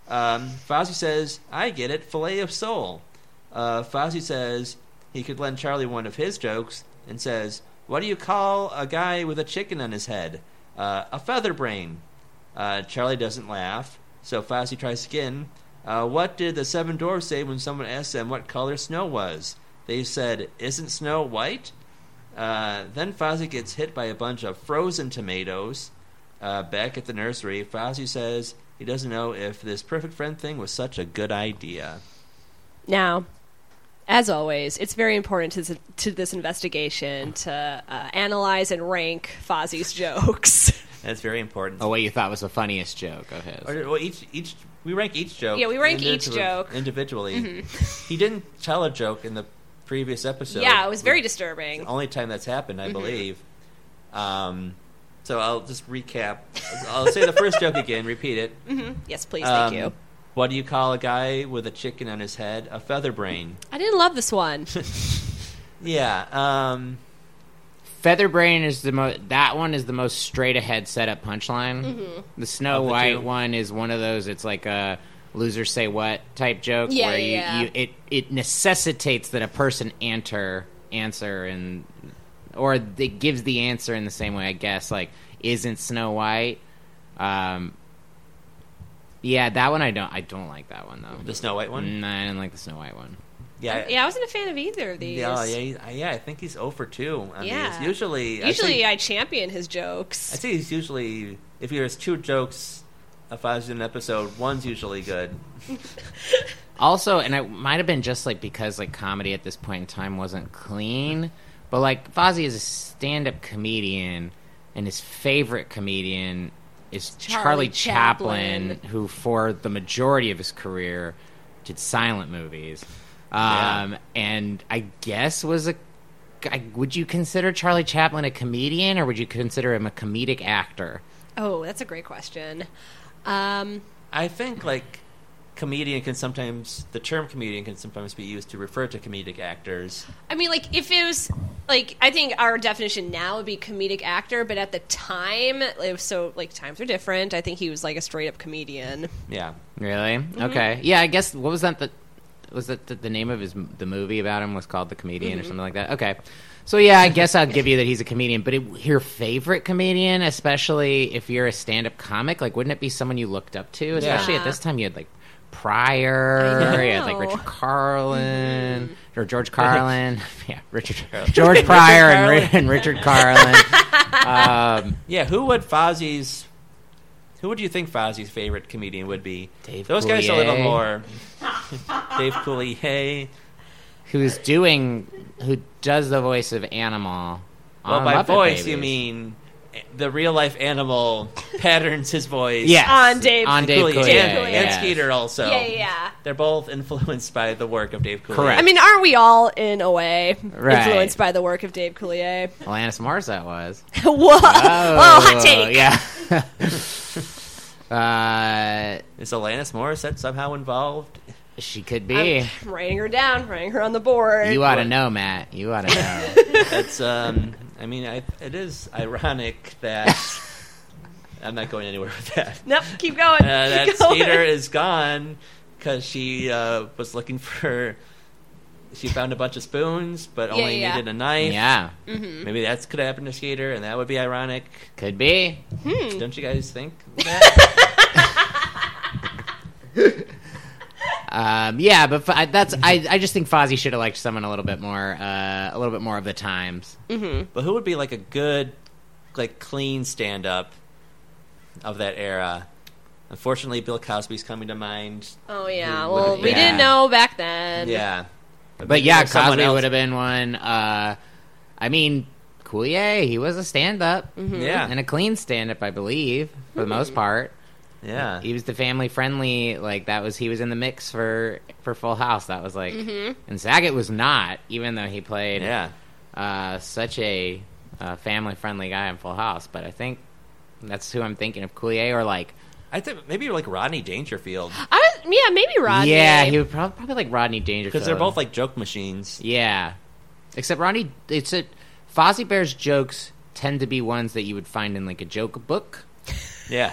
[SPEAKER 2] Um, Fozzie says, I get it, filet of soul. Uh, Fozzie says he could lend Charlie one of his jokes and says, What do you call a guy with a chicken on his head? Uh, a feather brain. Uh, Charlie doesn't laugh, so Fozzie tries again. Uh, what did the Seven Dwarfs say when someone asked them what color snow was? They said, Isn't snow white? Uh, then Fozzie gets hit by a bunch of frozen tomatoes. Uh, back at the nursery, Fozzie says he doesn't know if this perfect friend thing was such a good idea.
[SPEAKER 3] Now, as always, it's very important to this, to this investigation to uh, analyze and rank Fozzie's jokes.
[SPEAKER 2] That's very important.
[SPEAKER 5] Oh, what you thought was the funniest joke of his?
[SPEAKER 2] Or- well, each each we rank each joke.
[SPEAKER 3] Yeah, we rank each
[SPEAKER 2] individu-
[SPEAKER 3] joke. Mm-hmm.
[SPEAKER 2] individually. He didn't tell a joke in the previous episode.
[SPEAKER 3] yeah, it was very
[SPEAKER 2] It's
[SPEAKER 3] disturbing.
[SPEAKER 2] the only time that's happened, I
[SPEAKER 3] Mm-hmm.
[SPEAKER 2] believe. Um, so I'll just recap. I'll say the first joke again. Repeat it.
[SPEAKER 3] Yes, please, thank
[SPEAKER 2] Um,
[SPEAKER 3] you.
[SPEAKER 2] What do you call a guy with a chicken on his head? A feather brain.
[SPEAKER 3] I didn't love this one.
[SPEAKER 2] Yeah. Um,
[SPEAKER 5] Featherbrain is the most. That one is the most straight ahead setup punchline.
[SPEAKER 3] Mm-hmm.
[SPEAKER 5] The Snow
[SPEAKER 2] Of the
[SPEAKER 5] White
[SPEAKER 2] two.
[SPEAKER 5] one is one of those. It's like a loser say what type joke
[SPEAKER 3] Yeah,
[SPEAKER 5] where
[SPEAKER 3] yeah,
[SPEAKER 5] you,
[SPEAKER 3] yeah.
[SPEAKER 5] you it it necessitates that a person enter answer and or it gives the answer in the same way. I guess like isn't Snow White. Um, yeah, that one I don't. I don't like that one though.
[SPEAKER 2] the Snow White one.
[SPEAKER 5] Mm, I didn't like the Snow White one.
[SPEAKER 2] Yeah.
[SPEAKER 3] yeah, I wasn't a fan of either of these.
[SPEAKER 2] Yeah, yeah, he- I- yeah, I think he's 0 for 2 on
[SPEAKER 3] Yeah.
[SPEAKER 2] these. Usually,
[SPEAKER 3] Usually,
[SPEAKER 2] I
[SPEAKER 3] I champion his jokes.
[SPEAKER 2] I'd say he's usually, if there's two jokes, a five an episode, one's usually good.
[SPEAKER 5] Also, and it might have been just like because like comedy at this point in time wasn't clean, but like Fozzie is a stand-up comedian, and his favorite comedian is
[SPEAKER 3] Charlie
[SPEAKER 5] Charlie,
[SPEAKER 3] Chaplin.
[SPEAKER 5] Chaplin, who for the majority of his career did silent movies, um, and I guess was a. I, would you consider Charlie Chaplin a comedian, or would you consider him a comedic actor?
[SPEAKER 3] Oh, that's a great question. Um,
[SPEAKER 2] I think, like, comedian can sometimes, the term comedian can sometimes be used to refer to comedic actors.
[SPEAKER 3] I mean, like if it was like I think our definition now would be comedic actor, but at the time it was so like times are different. I think he was like a straight up comedian.
[SPEAKER 2] Yeah.
[SPEAKER 5] Really? Okay. Yeah, I guess what was that? The was that the, the name of his the movie about him was called The Comedian or something like that? Okay. So yeah, I guess I'll give you that he's a comedian, but it, your favorite comedian, especially if you're a stand-up comic, like wouldn't it be someone you looked up to? Especially
[SPEAKER 3] Yeah.
[SPEAKER 5] at this time, you had like Pryor, you had like
[SPEAKER 3] know.
[SPEAKER 5] Richard Carlin or George Carlin, yeah, Richard
[SPEAKER 2] Carlin.
[SPEAKER 5] George Pryor and,
[SPEAKER 2] Carlin.
[SPEAKER 5] Ri- and Richard Carlin. Um,
[SPEAKER 2] Yeah, who would Fozzie's, who would you think Fozzie's favorite comedian would be?
[SPEAKER 5] Dave
[SPEAKER 2] Those guys are a little
[SPEAKER 5] Coulier.
[SPEAKER 2] more. Dave Coulier.
[SPEAKER 5] who's doing who does the voice of animal
[SPEAKER 2] Well,
[SPEAKER 5] on
[SPEAKER 2] by
[SPEAKER 5] Muppet
[SPEAKER 2] voice,
[SPEAKER 5] Babies.
[SPEAKER 2] you mean the real life animal patterns his voice.
[SPEAKER 5] yes.
[SPEAKER 3] On Dave-
[SPEAKER 5] on Dave
[SPEAKER 2] Coulier
[SPEAKER 5] Coulier,
[SPEAKER 2] and,
[SPEAKER 3] Coulier.
[SPEAKER 2] and
[SPEAKER 5] yes.
[SPEAKER 2] Skeeter also.
[SPEAKER 3] Yeah, yeah, yeah.
[SPEAKER 2] They're both influenced by the work of Dave Coulier.
[SPEAKER 5] Correct.
[SPEAKER 3] I mean, aren't we all in a way
[SPEAKER 5] Right.
[SPEAKER 3] influenced by the work of Dave Coulier?
[SPEAKER 5] Alanis Morissette was.
[SPEAKER 3] Whoa! Oh, hot take.
[SPEAKER 5] Yeah. uh,
[SPEAKER 2] Is Alanis Morissette somehow involved
[SPEAKER 5] She could be.
[SPEAKER 3] I'm writing her down, writing her on the board.
[SPEAKER 5] you ought to know, Matt. You ought to know.
[SPEAKER 2] That's um. I mean, I, it is ironic that I'm not going anywhere with that.
[SPEAKER 3] nope, keep going.
[SPEAKER 2] Uh, that
[SPEAKER 3] keep going.
[SPEAKER 2] skater is gone because she uh, was looking for. She found a bunch of spoons, but
[SPEAKER 3] Yeah,
[SPEAKER 2] only
[SPEAKER 3] yeah. Mm-hmm.
[SPEAKER 2] needed a knife.
[SPEAKER 5] yeah,
[SPEAKER 2] Maybe that's could happen to Skater, and that would be ironic.
[SPEAKER 5] could be.
[SPEAKER 3] Hmm.
[SPEAKER 2] Don't you guys think?
[SPEAKER 5] Um, yeah, but Fo- I- that's I. I just think Fozzie should have liked someone a little bit more, uh, a little bit more of the times.
[SPEAKER 2] But who would be like a good, like clean stand up of that era? Unfortunately, Bill Cosby's coming to mind.
[SPEAKER 3] Oh yeah.
[SPEAKER 2] Who would
[SPEAKER 3] Well,
[SPEAKER 2] it
[SPEAKER 3] we
[SPEAKER 5] be?
[SPEAKER 3] didn't
[SPEAKER 5] Yeah.
[SPEAKER 3] know back then.
[SPEAKER 2] Yeah.
[SPEAKER 5] But yeah,
[SPEAKER 2] there's someone
[SPEAKER 5] Cosby
[SPEAKER 2] else.
[SPEAKER 5] would have been one. Uh, I mean, Coulier, he was a stand-up
[SPEAKER 2] Yeah.
[SPEAKER 5] and a clean stand-up, I believe, for the most part.
[SPEAKER 2] Yeah.
[SPEAKER 5] He was the family-friendly. Like that was he was in the mix for for Full House. That was like, and Saget was not, even though he played
[SPEAKER 2] Yeah.
[SPEAKER 5] uh, such a uh, family-friendly guy in Full House. But I think that's who I'm thinking of, Coulier or like.
[SPEAKER 2] I think maybe like Rodney Dangerfield
[SPEAKER 3] I was. Yeah, maybe Rodney.
[SPEAKER 5] Yeah, he would probably, probably like Rodney Dangerfield.
[SPEAKER 2] because they're both like joke machines.
[SPEAKER 5] Yeah. Except Rodney, it's a. Fozzie Bear's jokes tend to be ones that you would find in like a joke book
[SPEAKER 2] Yeah.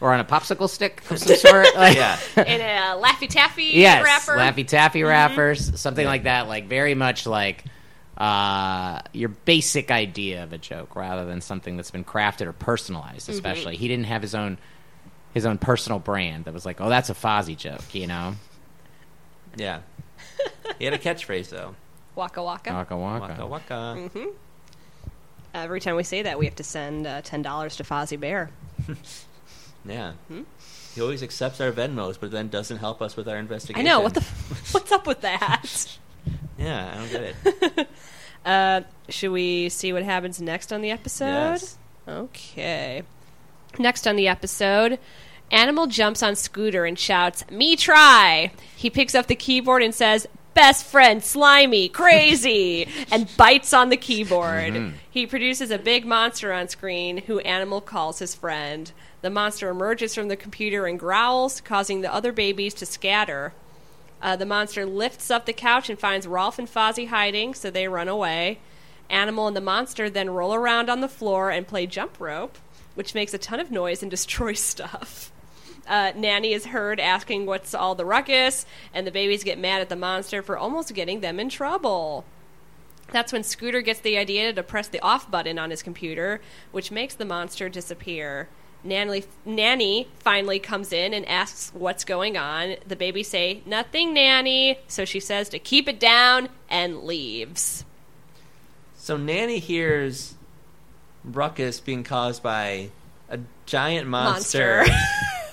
[SPEAKER 5] or on a popsicle stick of some sort. Like,
[SPEAKER 2] Yeah.
[SPEAKER 3] in a Laffy Taffy
[SPEAKER 5] Yes.
[SPEAKER 3] wrapper.
[SPEAKER 5] Laffy Taffy wrappers, something like that. Like very much like uh, your basic idea of a joke rather than something that's been crafted or personalized, especially. He didn't have his own. His own personal brand that was like, oh, that's a Fozzie joke, you know?
[SPEAKER 2] Yeah. He had a catchphrase though.
[SPEAKER 3] Waka waka.
[SPEAKER 5] Waka
[SPEAKER 2] Waka
[SPEAKER 5] waka.
[SPEAKER 2] waka.
[SPEAKER 3] Mm-hmm. Every time we say that, we have to send uh, ten dollars to Fozzie Bear.
[SPEAKER 2] Yeah.
[SPEAKER 3] Mm-hmm.
[SPEAKER 2] He always accepts our Venmos, but then doesn't help us with our
[SPEAKER 3] I
[SPEAKER 2] investigation.
[SPEAKER 3] know what the f- what's up with that.
[SPEAKER 2] Yeah, I don't get it.
[SPEAKER 3] Uh, should we see what happens next on the episode?
[SPEAKER 2] Yes.
[SPEAKER 3] Okay. Next on the episode, Animal jumps on Scooter and shouts, "Me try." He picks up the keyboard and says, "Best friend, slimy, crazy," and bites on the keyboard. He produces a big monster on screen who Animal calls his friend. The monster emerges from the computer and growls, causing the other babies to scatter. Uh, the monster lifts up the couch and finds Rolf and Fozzie hiding, so they run away. Animal and the monster then roll around on the floor and play jump rope, which makes a ton of noise and destroys stuff. Uh, Nanny is heard asking what's all the ruckus, and the babies get mad at the monster for almost getting them in trouble. That's when Scooter gets the idea to press the off button on his computer, which makes the monster disappear. Nanny, Nanny finally comes in and asks what's going on. The babies say, Nothing, Nanny. So she says to keep it down and leaves.
[SPEAKER 2] So Nanny hears ruckus being caused by a giant monster,
[SPEAKER 3] Monster.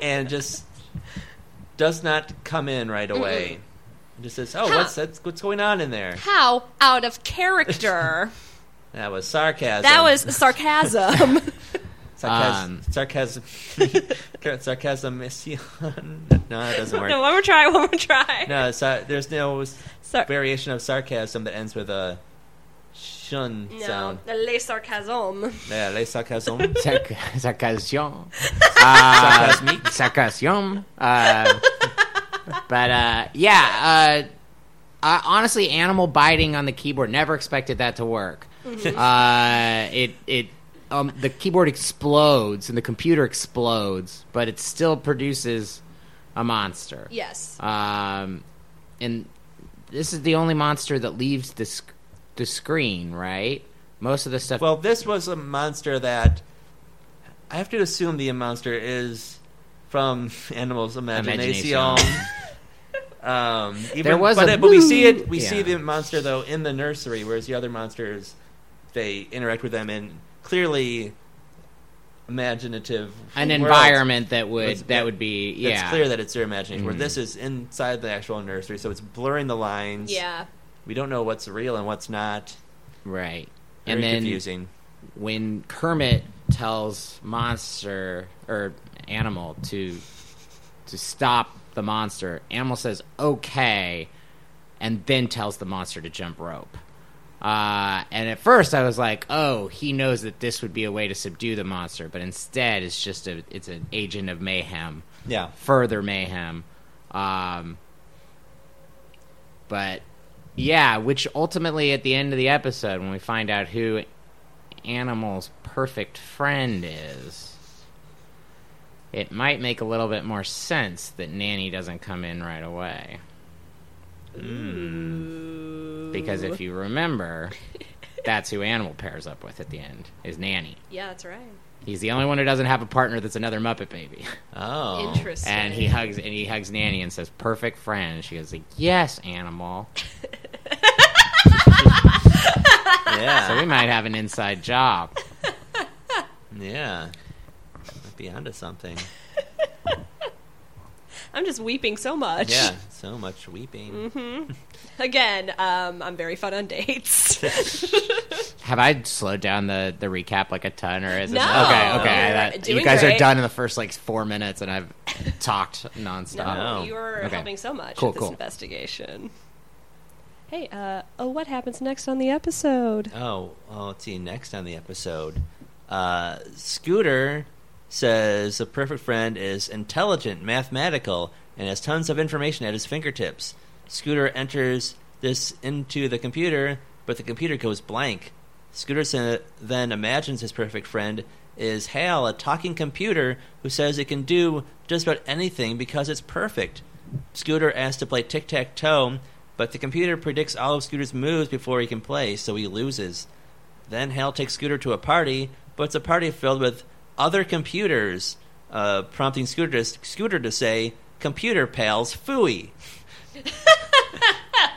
[SPEAKER 2] and just does not come in right away. And Just says, "Oh,
[SPEAKER 3] Huh.
[SPEAKER 2] what's that's, what's going on in there?"
[SPEAKER 3] How out of character.
[SPEAKER 2] That was sarcasm.
[SPEAKER 3] that was sarcasm.
[SPEAKER 2] sarcasm.
[SPEAKER 5] Um.
[SPEAKER 2] sarcasm. sarcasm. No, that doesn't work.
[SPEAKER 3] no, one more try, one more try.
[SPEAKER 2] No, so, there's no
[SPEAKER 3] Sar-
[SPEAKER 2] variation of sarcasm that ends with a shun
[SPEAKER 3] no,
[SPEAKER 2] sound.
[SPEAKER 3] le sarcasm.
[SPEAKER 2] Yeah, les sarcasmes.
[SPEAKER 5] Sarc- Sarcasm. Uh,
[SPEAKER 2] Sarcasmique.
[SPEAKER 5] sarcasm. Uh, but uh, yeah, uh, uh, honestly, animal biting on the keyboard. Never expected that to work. Uh, it it um, the keyboard explodes and the computer explodes, but it still produces a monster.
[SPEAKER 3] Yes.
[SPEAKER 5] Um, and this is the only monster that leaves the sc- the screen, right? Most of the stuff.
[SPEAKER 2] Well, this was a monster that I have to assume the monster is from Animal's imagination.
[SPEAKER 5] Imagination.
[SPEAKER 2] um, even,
[SPEAKER 5] There was
[SPEAKER 2] but,
[SPEAKER 5] a
[SPEAKER 2] it- but we see it. We
[SPEAKER 5] Yeah.
[SPEAKER 2] see the monster though in the nursery, whereas the other monsters they interact with them in clearly imaginative
[SPEAKER 5] an
[SPEAKER 2] worlds.
[SPEAKER 5] environment that would
[SPEAKER 2] It's-
[SPEAKER 5] that would be yeah Mm.
[SPEAKER 2] It's clear that it's their imagination. Where this is inside the actual nursery, so it's blurring the lines.
[SPEAKER 3] yeah.
[SPEAKER 2] we don't know what's real and what's not.
[SPEAKER 5] right
[SPEAKER 2] Very
[SPEAKER 5] and then
[SPEAKER 2] confusing.
[SPEAKER 5] when kermit tells monster or animal to to stop the monster animal says okay and then tells the monster to jump rope uh, and at first i was like oh he knows that this would be a way to subdue the monster but instead it's just a it's an agent of mayhem
[SPEAKER 2] Yeah,
[SPEAKER 5] further mayhem. Um, But yeah, which ultimately at the end of the episode, when we find out who Animal's perfect friend is, it might make a little bit more sense that Nanny doesn't come in right away. Because if you remember, that's who Animal pairs up with at the end is Nanny.
[SPEAKER 3] Yeah, that's right.
[SPEAKER 5] He's the only one who doesn't have a partner that's another Muppet baby.
[SPEAKER 2] Oh.
[SPEAKER 3] Interesting.
[SPEAKER 5] And he hugs and he hugs Nanny and says, "Perfect friend." And she goes, like, "Yes, Animal." So
[SPEAKER 2] Yeah.
[SPEAKER 5] we might have an inside job.
[SPEAKER 2] yeah. Might be onto something.
[SPEAKER 3] I'm just weeping so much.
[SPEAKER 2] Yeah. So much weeping.
[SPEAKER 3] Mm-hmm. Again, um, I'm very fun on dates.
[SPEAKER 5] Have I slowed down the, the recap like a ton, or is it
[SPEAKER 3] No,
[SPEAKER 5] okay? Okay,
[SPEAKER 3] you're
[SPEAKER 5] that- you
[SPEAKER 3] doing
[SPEAKER 5] guys are
[SPEAKER 3] great.
[SPEAKER 5] done in the first like four minutes, and I've talked nonstop.
[SPEAKER 2] No. Oh.
[SPEAKER 3] You are
[SPEAKER 5] Okay.
[SPEAKER 3] helping so much
[SPEAKER 5] Cool,
[SPEAKER 3] with this
[SPEAKER 5] cool.
[SPEAKER 3] investigation. Hey, uh, oh, what happens next on the episode?
[SPEAKER 2] Oh, well, let's see. Next on the episode, uh, Scooter says the perfect friend is intelligent, mathematical, and has tons of information at his fingertips. Scooter enters this into the computer, but the computer goes blank. Scooter sa- then imagines his perfect friend is Hal, a talking computer who says it can do just about anything because it's perfect. Scooter asks to play tic tac toe, but the computer predicts all of Scooter's moves before he can play, so he loses. Then Hal takes Scooter to a party, but it's a party filled with other computers, uh, prompting Scooter to, Scooter to say, Computer pals, fooey.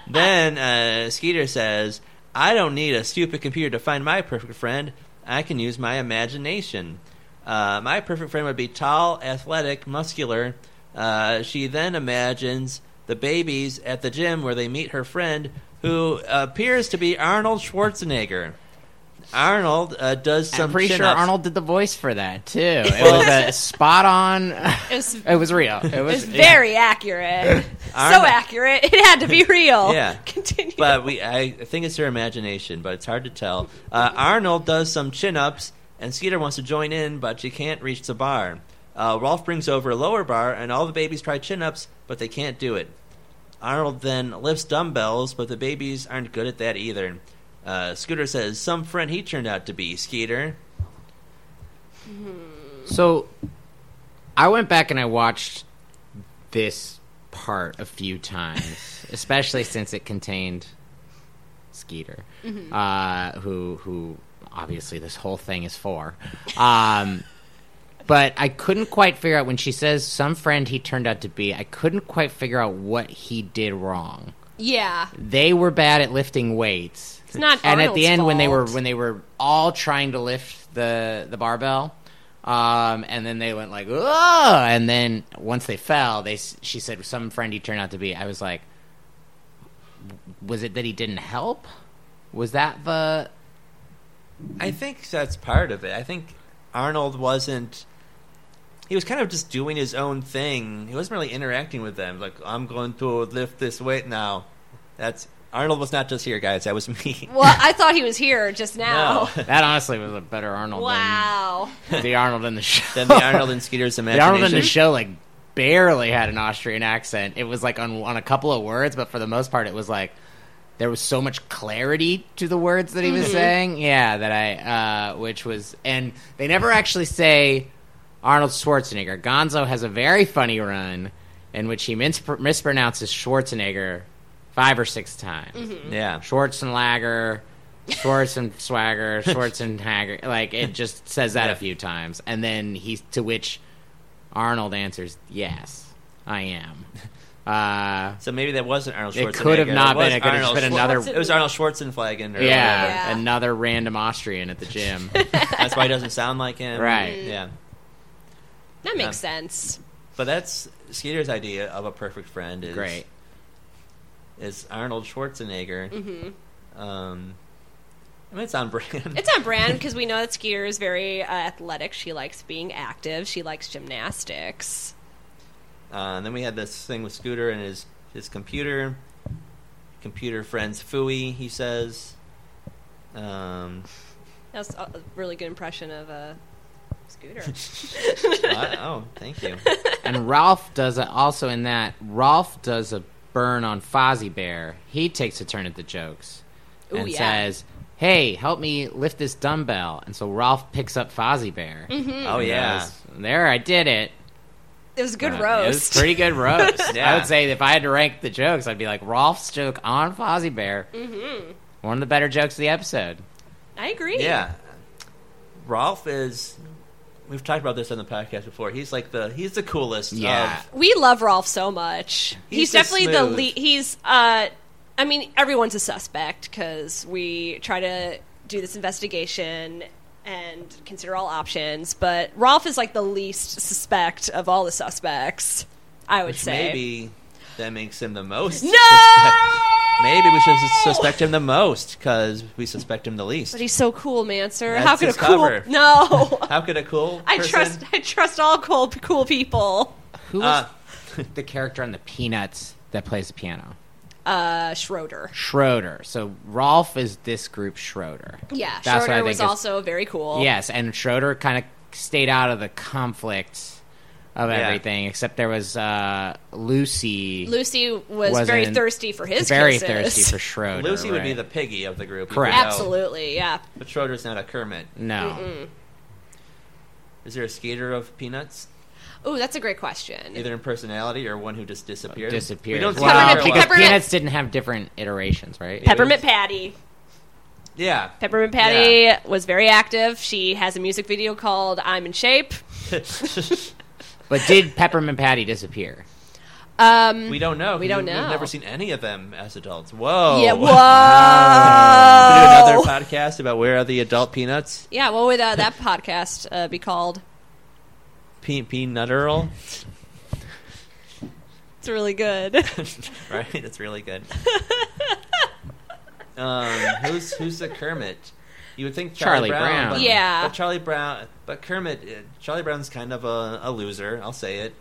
[SPEAKER 2] then uh, Skeeter says, I don't need a stupid computer to find my perfect friend. I can use my imagination. Uh, my perfect friend would be tall, athletic, muscular. Uh, she then imagines the babies at the gym where they meet her friend, who appears to be Arnold Schwarzenegger. Arnold uh, does some.
[SPEAKER 5] I'm pretty sure
[SPEAKER 2] chin-ups.
[SPEAKER 5] Arnold did the voice for that too. It was a spot on.
[SPEAKER 3] It was, it
[SPEAKER 5] It was real. It
[SPEAKER 3] was
[SPEAKER 5] was
[SPEAKER 3] very accurate. so
[SPEAKER 2] Arnold-
[SPEAKER 3] accurate, it had to be real.
[SPEAKER 2] Yeah.
[SPEAKER 3] Continue.
[SPEAKER 2] but we I think it's her imagination, but it's hard to tell. Uh, Arnold does some chin ups, and Skeeter wants to join in, but she can't reach the bar. Uh, Rolf brings over a lower bar, and all the babies try chin ups, but they can't do it. Arnold then lifts dumbbells, but the babies aren't good at that either. Uh, Scooter says, "Some friend he turned out to be Skeeter."
[SPEAKER 5] So I went back and I watched this part a few times, especially since it contained Skeeter, uh, who who obviously this whole thing is for. Um, but I couldn't quite figure out when she says some friend he turned out to be. I couldn't quite figure out what he did wrong.
[SPEAKER 3] yeah.
[SPEAKER 5] They were bad at lifting weights
[SPEAKER 3] It's not
[SPEAKER 5] and at
[SPEAKER 3] Arnold's
[SPEAKER 5] the end when they were
[SPEAKER 3] fault.
[SPEAKER 5] when they were all trying to lift the the barbell um, and then they went like oh and then once they fell they s- she said some friend he turned out to be i was like was it that he didn't help was that the
[SPEAKER 2] I think that's part of it. I think Arnold wasn't. He was kind of just doing his own thing. He wasn't really interacting with them. Like, I'm going to lift this weight now. That's Arnold was not just here, guys. That was me.
[SPEAKER 3] Well, I thought he was here just now.
[SPEAKER 2] No.
[SPEAKER 5] that honestly was a better arnold
[SPEAKER 3] Wow.
[SPEAKER 5] than the arnold in the show
[SPEAKER 2] then the Arnold and Skeeter's
[SPEAKER 5] the
[SPEAKER 2] imagination.
[SPEAKER 5] arnold in the show like barely had an austrian accent it was like on on a couple of words but for the most part it was like there was so much clarity to the words that he was saying. Yeah, that I, uh, which was, and they never actually say Arnold Schwarzenegger. Gonzo has a very funny run in which he mis- mispronounces Schwarzenegger five or six times.
[SPEAKER 2] Yeah.
[SPEAKER 5] Schwartz and Lager, Schwartz and Swagger, Schwartz and Hagger. Like it just says that a few times, and then he to which Arnold answers, "Yes, I am." Uh,
[SPEAKER 2] So maybe that wasn't Arnold Schwarzenegger.
[SPEAKER 5] It could have not
[SPEAKER 2] It was
[SPEAKER 5] been. It could have just
[SPEAKER 2] Arnold
[SPEAKER 5] been
[SPEAKER 2] Schwar-
[SPEAKER 5] another-
[SPEAKER 2] It was Arnold Schwarzenflagen. Or
[SPEAKER 5] yeah,
[SPEAKER 2] whatever.
[SPEAKER 3] Yeah.
[SPEAKER 5] another random Austrian at the gym.
[SPEAKER 2] That's why he doesn't sound like him.
[SPEAKER 5] Right.
[SPEAKER 2] Yeah.
[SPEAKER 3] That
[SPEAKER 2] Um,
[SPEAKER 3] makes sense.
[SPEAKER 2] But that's Skeeter's idea of a perfect friend. Is,
[SPEAKER 5] Great.
[SPEAKER 2] Is Arnold Schwarzenegger. Um, I mean, it's on brand.
[SPEAKER 3] Mm-hmm. It's on brand because we know that Skeeter is very uh, athletic. She likes being active. She likes gymnastics.
[SPEAKER 2] Uh, and then we had this thing with Scooter and his his computer. Computer friends Fooey, he says. Um,
[SPEAKER 3] That was a a really good impression of uh, Scooter.
[SPEAKER 2] I- oh, thank you.
[SPEAKER 5] and Ralph does a, also in that. Ralph does a Byrne on Fozzie Bear, he takes a turn at the jokes
[SPEAKER 3] Ooh,
[SPEAKER 5] and
[SPEAKER 3] yeah.
[SPEAKER 5] says, "Hey, help me lift this dumbbell." And so Ralph picks up Fozzie Bear.
[SPEAKER 3] Mm-hmm.
[SPEAKER 2] Oh yeah,
[SPEAKER 5] there I did it.
[SPEAKER 3] It was a good
[SPEAKER 5] Uh, It was
[SPEAKER 3] roast.
[SPEAKER 5] pretty good roast.
[SPEAKER 2] Yeah.
[SPEAKER 5] I would say if I had to rank the jokes, I'd be like Rolf's joke on Fozzie Bear. Mm-hmm. One of the better jokes of the episode.
[SPEAKER 3] I agree.
[SPEAKER 2] yeah. Rolf is. We've talked about this on the podcast before. He's like the he's the coolest.
[SPEAKER 5] Yeah.
[SPEAKER 2] Of,
[SPEAKER 3] We love Rolf so much.
[SPEAKER 2] He's
[SPEAKER 3] He's,
[SPEAKER 2] so
[SPEAKER 3] definitely the
[SPEAKER 2] smooth.
[SPEAKER 3] lead. He's, uh, I mean, everyone's a suspect because we try to do this investigation and consider all options, but Rolf is like the least suspect of all the suspects, I would
[SPEAKER 2] which
[SPEAKER 3] say.
[SPEAKER 2] maybe that makes him the most.
[SPEAKER 3] No!
[SPEAKER 2] suspect- Maybe we should sus- suspect him the most because we suspect him the least.
[SPEAKER 3] But he's so cool, man, sir.
[SPEAKER 2] That's
[SPEAKER 3] How could a
[SPEAKER 2] his
[SPEAKER 3] cool.
[SPEAKER 2] cover.
[SPEAKER 3] No!
[SPEAKER 2] How could a cool?
[SPEAKER 3] I
[SPEAKER 2] person-
[SPEAKER 3] trust I trust all cool cool people.
[SPEAKER 5] Who was
[SPEAKER 2] Uh,
[SPEAKER 5] the character on the Peanuts that plays the piano?
[SPEAKER 3] Uh Schroeder.
[SPEAKER 5] Schroeder. So Rolf is this group Schroeder.
[SPEAKER 3] Yeah,
[SPEAKER 5] That's what I
[SPEAKER 3] Schroeder
[SPEAKER 5] think
[SPEAKER 3] was
[SPEAKER 5] is-
[SPEAKER 3] also very cool.
[SPEAKER 5] Yes, and Schroeder kind of stayed out of the conflict of
[SPEAKER 2] Yeah.
[SPEAKER 5] everything, except there was uh, Lucy.
[SPEAKER 3] Lucy was
[SPEAKER 5] Wasn't-
[SPEAKER 3] very thirsty for his
[SPEAKER 5] very
[SPEAKER 3] kisses.
[SPEAKER 5] thirsty for Schroeder.
[SPEAKER 2] Lucy would be
[SPEAKER 5] right?
[SPEAKER 2] the piggy of the group.
[SPEAKER 5] Correct.
[SPEAKER 2] even though-
[SPEAKER 3] Absolutely, yeah.
[SPEAKER 2] But Schroeder's not a Kermit.
[SPEAKER 5] no.
[SPEAKER 2] Is there a Skeeter of Peanuts?
[SPEAKER 3] Oh, that's a great question.
[SPEAKER 2] Either in personality or one who just disappeared?
[SPEAKER 5] Disappeared.
[SPEAKER 2] We don't
[SPEAKER 5] Well,
[SPEAKER 2] tell
[SPEAKER 3] Peppermint-
[SPEAKER 2] her a lot.
[SPEAKER 5] because
[SPEAKER 3] Peppermint-
[SPEAKER 5] Peanuts didn't have different iterations, right?
[SPEAKER 2] Yeah.
[SPEAKER 3] Peppermint
[SPEAKER 2] was-
[SPEAKER 3] Patty.
[SPEAKER 2] Yeah.
[SPEAKER 3] Peppermint Patty was very active. She has a music video called "I'm in Shape."
[SPEAKER 5] But did Peppermint Patty disappear?
[SPEAKER 3] Um,
[SPEAKER 2] We don't know.
[SPEAKER 3] We don't
[SPEAKER 2] We've
[SPEAKER 3] know.
[SPEAKER 2] never seen any of them as adults. Whoa.
[SPEAKER 3] yeah,
[SPEAKER 2] We should
[SPEAKER 3] whoa.
[SPEAKER 2] do another podcast about where are the adult peanuts?
[SPEAKER 3] yeah, what would uh, that podcast uh, be called?
[SPEAKER 2] Pe- peanutteral?
[SPEAKER 3] It's really good.
[SPEAKER 2] right? That's really good. um, who's who's the Kermit? You would think Charlie,
[SPEAKER 5] Charlie Brown.
[SPEAKER 2] but-
[SPEAKER 3] Yeah.
[SPEAKER 2] But Charlie Brown, but Kermit, uh, Charlie Brown's kind of a, a loser. I'll say it.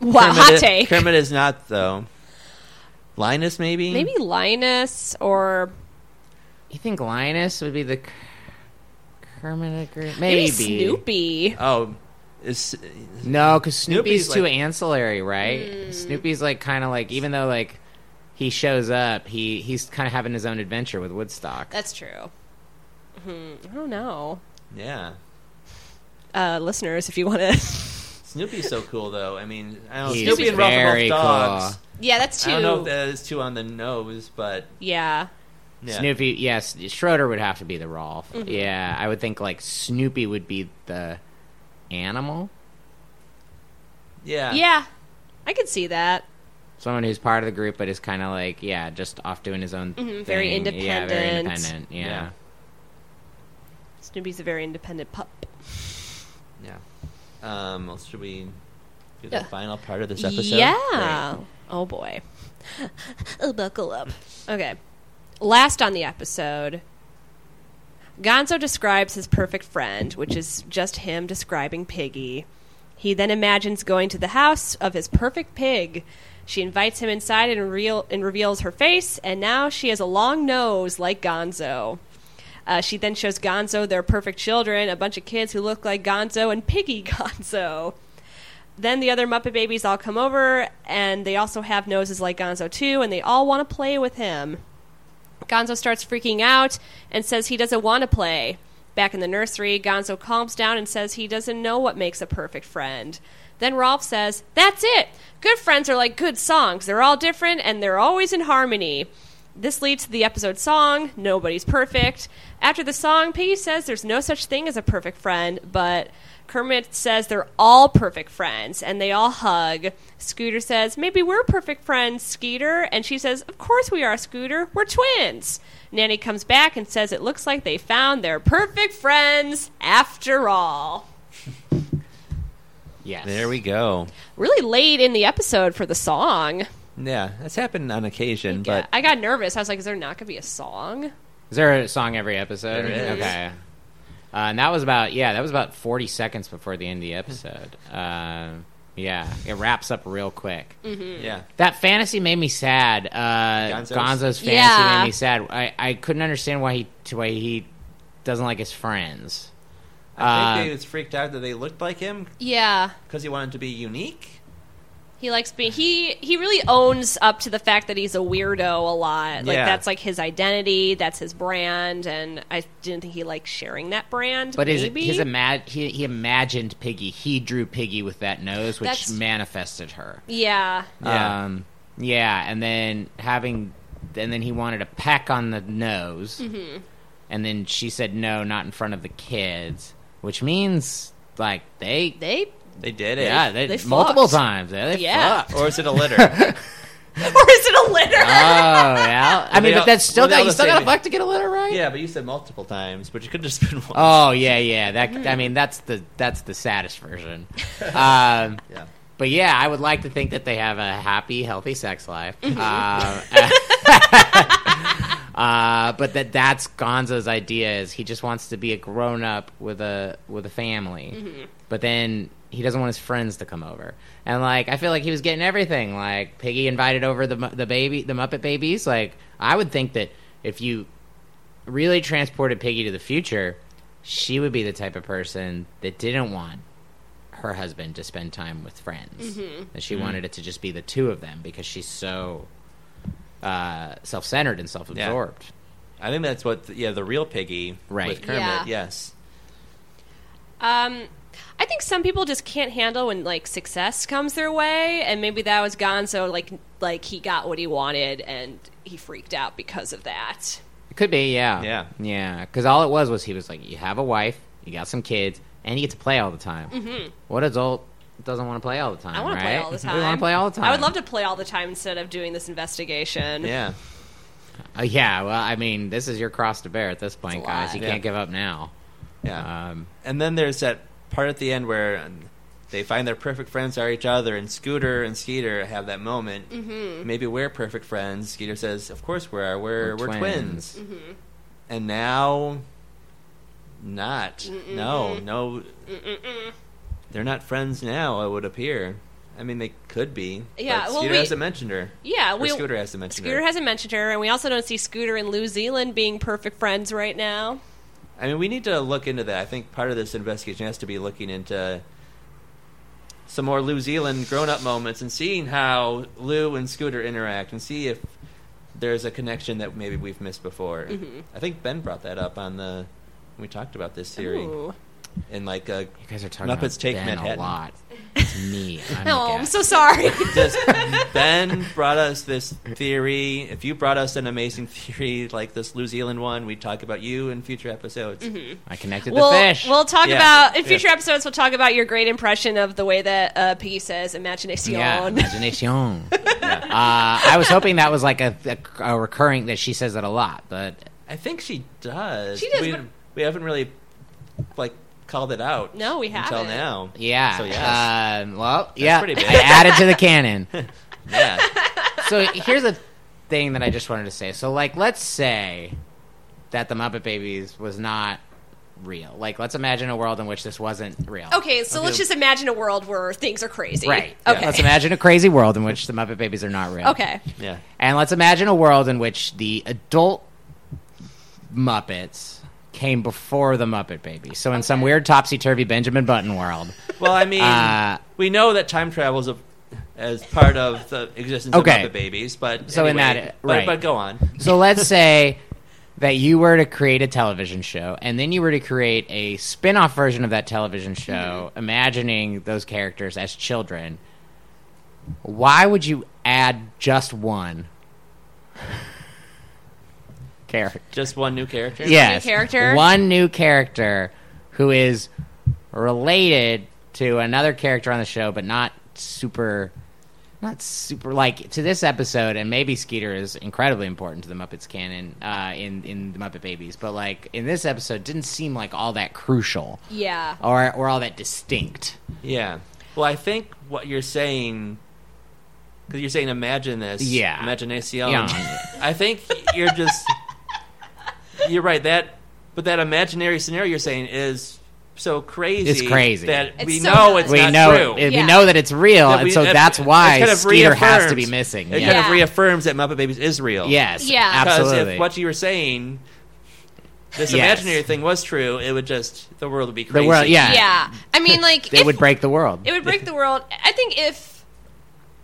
[SPEAKER 3] wow,
[SPEAKER 2] Kermit
[SPEAKER 3] hot
[SPEAKER 2] is,
[SPEAKER 3] take.
[SPEAKER 2] Kermit is not though. Linus, maybe.
[SPEAKER 3] Maybe Linus or
[SPEAKER 5] You think Linus would be the K- Kermit? of Gr- Maybe,
[SPEAKER 3] maybe, Snoopy.
[SPEAKER 2] Oh, is
[SPEAKER 5] No, because Snoopy's,
[SPEAKER 2] Snoopy's
[SPEAKER 5] too
[SPEAKER 2] like-
[SPEAKER 5] ancillary, right? Snoopy's like kind of like even though like he shows up, he he's kind of having his own adventure with Woodstock.
[SPEAKER 3] That's true. Hmm, I don't know,
[SPEAKER 2] yeah.
[SPEAKER 3] uh, listeners, if you want to.
[SPEAKER 2] Snoopy's so cool though. I mean, I don't know.
[SPEAKER 5] He's
[SPEAKER 2] Snoopy and Ralph are both
[SPEAKER 5] very
[SPEAKER 2] dogs.
[SPEAKER 3] yeah, that's two.
[SPEAKER 2] I don't know if that is too on the nose, but
[SPEAKER 3] yeah.
[SPEAKER 2] yeah.
[SPEAKER 5] Snoopy, yes, Schroeder would have to be the Rolf. Yeah, I would think like Snoopy would be the animal,
[SPEAKER 2] Yeah.
[SPEAKER 3] Yeah, I could see that.
[SPEAKER 5] someone who's part of the group but is kind of like yeah, just off doing his own
[SPEAKER 3] Mhm, very
[SPEAKER 5] thing. Yeah, very
[SPEAKER 3] independent.
[SPEAKER 5] independent. Yeah.
[SPEAKER 2] Yeah.
[SPEAKER 3] Snoopy's a very independent pup.
[SPEAKER 2] Yeah. Um, well, should we do the
[SPEAKER 3] Yeah.
[SPEAKER 2] final part of this episode?
[SPEAKER 3] Yeah. Oh boy. oh, buckle up. Okay. Last on the episode, Gonzo describes his perfect friend, which is just him describing Piggy. He then imagines going to the house of his perfect pig. She invites him inside and, real, and reveals her face, and now she has a long nose like Gonzo. Uh, she then shows Gonzo their perfect children, a bunch of kids who look like Gonzo and Piggy Gonzo. Then the other Muppet babies all come over, and they also have noses like Gonzo too, and they all want to play with him. Gonzo starts freaking out and says he doesn't want to play. Back in the nursery, Gonzo calms down and says he doesn't know what makes a perfect friend. Then Rolf says, That's it! Good friends are like good songs. They're all different and they're always in harmony. This leads to the episode song, Nobody's Perfect. After the song, Piggy says there's no such thing as a perfect friend, but Kermit says they're all perfect friends and they all hug. Scooter says, Maybe we're perfect friends, Skeeter. And she says, Of course we are, Scooter. We're twins. Nanny comes back and says, It looks like they found their perfect friends after all.
[SPEAKER 5] Yes.
[SPEAKER 2] There we go.
[SPEAKER 3] Really late in the episode for the song.
[SPEAKER 2] Yeah, that's happened on occasion,
[SPEAKER 3] Yeah,
[SPEAKER 2] but
[SPEAKER 3] I got nervous. I was like, Is there not going to be a song?
[SPEAKER 5] Is there a song every episode?
[SPEAKER 2] There is.
[SPEAKER 5] Okay. Uh, and that was about yeah, that was about forty seconds before the end of the episode. Uh, yeah, it wraps up real quick.
[SPEAKER 2] yeah.
[SPEAKER 5] That fantasy made me sad. Uh,
[SPEAKER 2] Gonzo's?
[SPEAKER 5] Gonzo's? fantasy
[SPEAKER 3] Yeah.
[SPEAKER 5] made me sad. I, I couldn't understand why he to why he doesn't like his friends.
[SPEAKER 2] I think
[SPEAKER 5] Uh,
[SPEAKER 2] they was freaked out that they looked like him
[SPEAKER 3] Yeah.
[SPEAKER 2] because he wanted to be unique.
[SPEAKER 3] He likes being he he really owns up to the fact that he's a weirdo a lot. Like
[SPEAKER 2] Yeah.
[SPEAKER 3] that's like his identity, that's his brand, and I didn't think he liked sharing that brand.
[SPEAKER 5] But his,
[SPEAKER 3] maybe.
[SPEAKER 5] his ima- he, he imagined Piggy. He drew Piggy with that nose, which
[SPEAKER 3] That's-
[SPEAKER 5] manifested her.
[SPEAKER 3] yeah.
[SPEAKER 2] Yeah.
[SPEAKER 5] Um, yeah, and then having, and then he wanted a peck on the nose, mm-hmm. and then she said no, not in front of the kids, which means like they,
[SPEAKER 3] They
[SPEAKER 2] They did eh? it.
[SPEAKER 5] yeah, they,
[SPEAKER 3] they
[SPEAKER 5] multiple
[SPEAKER 3] fucked.
[SPEAKER 5] times, yeah, they
[SPEAKER 3] Yeah.
[SPEAKER 5] fucked.
[SPEAKER 2] Or is it a litter?
[SPEAKER 3] Or is it a litter?
[SPEAKER 5] Oh yeah, I
[SPEAKER 2] Were
[SPEAKER 5] mean,
[SPEAKER 2] they
[SPEAKER 5] but
[SPEAKER 2] all-
[SPEAKER 5] that's still
[SPEAKER 2] were they
[SPEAKER 5] got
[SPEAKER 2] all
[SPEAKER 5] you
[SPEAKER 2] the
[SPEAKER 5] still got to
[SPEAKER 2] same?
[SPEAKER 5] fuck to get a litter, right?
[SPEAKER 2] yeah, but you said multiple times, but you could have just been one.
[SPEAKER 5] Oh yeah, yeah. That I mean, that's the that's the saddest version. um,
[SPEAKER 2] Yeah.
[SPEAKER 5] But yeah, I would like to think that they have a happy, healthy sex life. Um, uh, but that that's Gonzo's idea is he just wants to be a grown up with a with a family. But then he doesn't want his friends to come over. And like I feel like he was getting everything. Like Piggy invited over the mu- the baby, the Muppet babies. Like I would think that if you really transported Piggy to the future, she would be the type of person that didn't want her husband to spend time with friends. And she wanted it to just be the two of them because she's so uh, self centered and self absorbed.
[SPEAKER 2] I think that's what, the, yeah, the real piggy
[SPEAKER 5] Right.
[SPEAKER 2] with Kermit.
[SPEAKER 3] Yeah.
[SPEAKER 2] Yes.
[SPEAKER 3] Um, I think some people just can't handle when like success comes their way, and maybe that was Gonzo. Like, like he got what he wanted, and he freaked out because of that.
[SPEAKER 5] It could be, yeah.
[SPEAKER 2] Yeah.
[SPEAKER 5] Yeah. Because all it was was he was like, you have a wife, you got some kids, and you get to play all the time. Mm-hmm. What adult doesn't want to play all the time?
[SPEAKER 3] I want
[SPEAKER 5] right?
[SPEAKER 3] to play all the time.
[SPEAKER 5] We want to play all the time.
[SPEAKER 3] I would love to play all the time instead of doing this investigation.
[SPEAKER 2] Yeah.
[SPEAKER 5] Uh, yeah, well, I mean, this is your cross to bear at this point,
[SPEAKER 3] It's a
[SPEAKER 5] guys.
[SPEAKER 3] lot.
[SPEAKER 5] You
[SPEAKER 2] Yeah.
[SPEAKER 5] can't give up now.
[SPEAKER 2] Yeah.
[SPEAKER 5] Um,
[SPEAKER 2] and then there's that part at the end where um, they find their perfect friends are each other, and Scooter and Skeeter have that moment. Mm-hmm. Maybe we're perfect friends. Skeeter says, "Of course we are. We're we're,
[SPEAKER 5] We're
[SPEAKER 2] twins."
[SPEAKER 3] Mm-hmm.
[SPEAKER 2] And now, not. No, no. They're not friends now. It would appear. I mean, they could be.
[SPEAKER 3] Yeah,
[SPEAKER 2] But
[SPEAKER 3] well,
[SPEAKER 2] Skeeter
[SPEAKER 3] we-
[SPEAKER 2] hasn't mentioned her.
[SPEAKER 3] yeah.
[SPEAKER 2] Or
[SPEAKER 3] We,
[SPEAKER 2] Scooter hasn't mentioned
[SPEAKER 3] Scooter
[SPEAKER 2] her.
[SPEAKER 3] hasn't mentioned her, and we also don't see Scooter and New Zealand being perfect friends right now.
[SPEAKER 2] I mean, we need to look into that. I think part of this investigation has to be looking into some more Lou Zealand grown up moments and seeing how Lou and Scooter interact and see if there's a connection that maybe we've missed before. I think Ben brought that up on the. when We talked about this theory
[SPEAKER 3] Ooh.
[SPEAKER 2] in like a.
[SPEAKER 5] you guys are talking
[SPEAKER 2] Muppets
[SPEAKER 5] about
[SPEAKER 2] Take
[SPEAKER 5] ben
[SPEAKER 2] Manhattan.
[SPEAKER 5] a lot. It's me. I'm the
[SPEAKER 3] Oh, I'm
[SPEAKER 5] guest.
[SPEAKER 3] so sorry.
[SPEAKER 2] Just, ben brought us this theory. If you brought us an amazing theory like this Lou Zealand one, we'd talk about you in future episodes.
[SPEAKER 5] I connected
[SPEAKER 3] we'll,
[SPEAKER 5] the fish.
[SPEAKER 3] We'll talk
[SPEAKER 2] Yeah.
[SPEAKER 3] about in
[SPEAKER 2] Yeah.
[SPEAKER 3] future episodes. We'll talk about your great impression of the way that uh, Piggy says "imagination."
[SPEAKER 5] yeah, imagination. uh, I was hoping that was like a, a, a recurring that she says it a lot, but
[SPEAKER 2] I think she does.
[SPEAKER 3] She does,
[SPEAKER 2] We,
[SPEAKER 3] but-
[SPEAKER 2] we haven't really like called it out.
[SPEAKER 3] No, we
[SPEAKER 2] until
[SPEAKER 3] haven't.
[SPEAKER 2] now.
[SPEAKER 5] yeah.
[SPEAKER 2] So yes.
[SPEAKER 5] Um, well, yeah.
[SPEAKER 2] pretty big.
[SPEAKER 5] I added to the canon.
[SPEAKER 2] yeah.
[SPEAKER 5] so here's a thing that I just wanted to say. So like, let's say that the Muppet Babies was not real. Like, let's imagine a world in which this wasn't real.
[SPEAKER 3] Okay, so let's just imagine a world where things are crazy.
[SPEAKER 5] Right.
[SPEAKER 3] Okay.
[SPEAKER 5] Let's imagine a crazy world in which the Muppet Babies are not real.
[SPEAKER 3] Okay.
[SPEAKER 2] Yeah.
[SPEAKER 5] And let's imagine a world in which the adult Muppets came before the Muppet Babies. So in some
[SPEAKER 3] Okay.
[SPEAKER 5] weird topsy turvy Benjamin Button world.
[SPEAKER 2] Well, I mean,
[SPEAKER 5] Uh,
[SPEAKER 2] we know that time travel is a, as part of the existence
[SPEAKER 5] Okay.
[SPEAKER 2] of Muppet Babies, but
[SPEAKER 5] So in
[SPEAKER 2] anyway,
[SPEAKER 5] that- e-
[SPEAKER 2] but-
[SPEAKER 5] right.
[SPEAKER 2] But, go on.
[SPEAKER 5] So let's say that you were to create a television show and then you were to create a spin off version of that television show, imagining those characters as children. Why would you add just one character?
[SPEAKER 2] Just one new character.
[SPEAKER 5] yes,
[SPEAKER 3] character?
[SPEAKER 5] One new character who is related to another character on the show, but not super. Not super like to this episode, and maybe Skeeter is incredibly important to the Muppets canon uh, in in the Muppet Babies, but like in this episode, didn't seem like all that crucial
[SPEAKER 3] Yeah.
[SPEAKER 5] or or all that distinct.
[SPEAKER 2] Yeah. Well, I think what you're saying, because you're saying imagine this.
[SPEAKER 5] Yeah.
[SPEAKER 2] Imagination.
[SPEAKER 5] Yeah.
[SPEAKER 2] I think you're just. you're right. That, but that imaginary scenario you're saying is so crazy.
[SPEAKER 5] It's crazy.
[SPEAKER 2] that
[SPEAKER 3] It's
[SPEAKER 2] we
[SPEAKER 3] so
[SPEAKER 2] know
[SPEAKER 3] nuts.
[SPEAKER 2] it's
[SPEAKER 5] we
[SPEAKER 2] not
[SPEAKER 5] know
[SPEAKER 2] true.
[SPEAKER 5] it-
[SPEAKER 3] Yeah.
[SPEAKER 5] we know that it's real,
[SPEAKER 2] That we-
[SPEAKER 5] and so
[SPEAKER 2] that-
[SPEAKER 5] that's
[SPEAKER 2] it
[SPEAKER 5] why
[SPEAKER 2] kind of
[SPEAKER 5] Skeeter has to be
[SPEAKER 2] reaffirms-
[SPEAKER 5] missing.
[SPEAKER 2] It
[SPEAKER 5] Yeah.
[SPEAKER 2] kind of reaffirms that Muppet Babies is real.
[SPEAKER 5] Yes,
[SPEAKER 3] Yeah.
[SPEAKER 2] Because
[SPEAKER 5] absolutely.
[SPEAKER 2] if what you were saying, this
[SPEAKER 5] Yes.
[SPEAKER 2] imaginary thing was true, it would just the world would be
[SPEAKER 5] The
[SPEAKER 2] crazy.
[SPEAKER 5] world- yeah.
[SPEAKER 3] Yeah. I mean, like
[SPEAKER 5] it
[SPEAKER 3] if-
[SPEAKER 5] would break the world.
[SPEAKER 3] It would break the world. I think if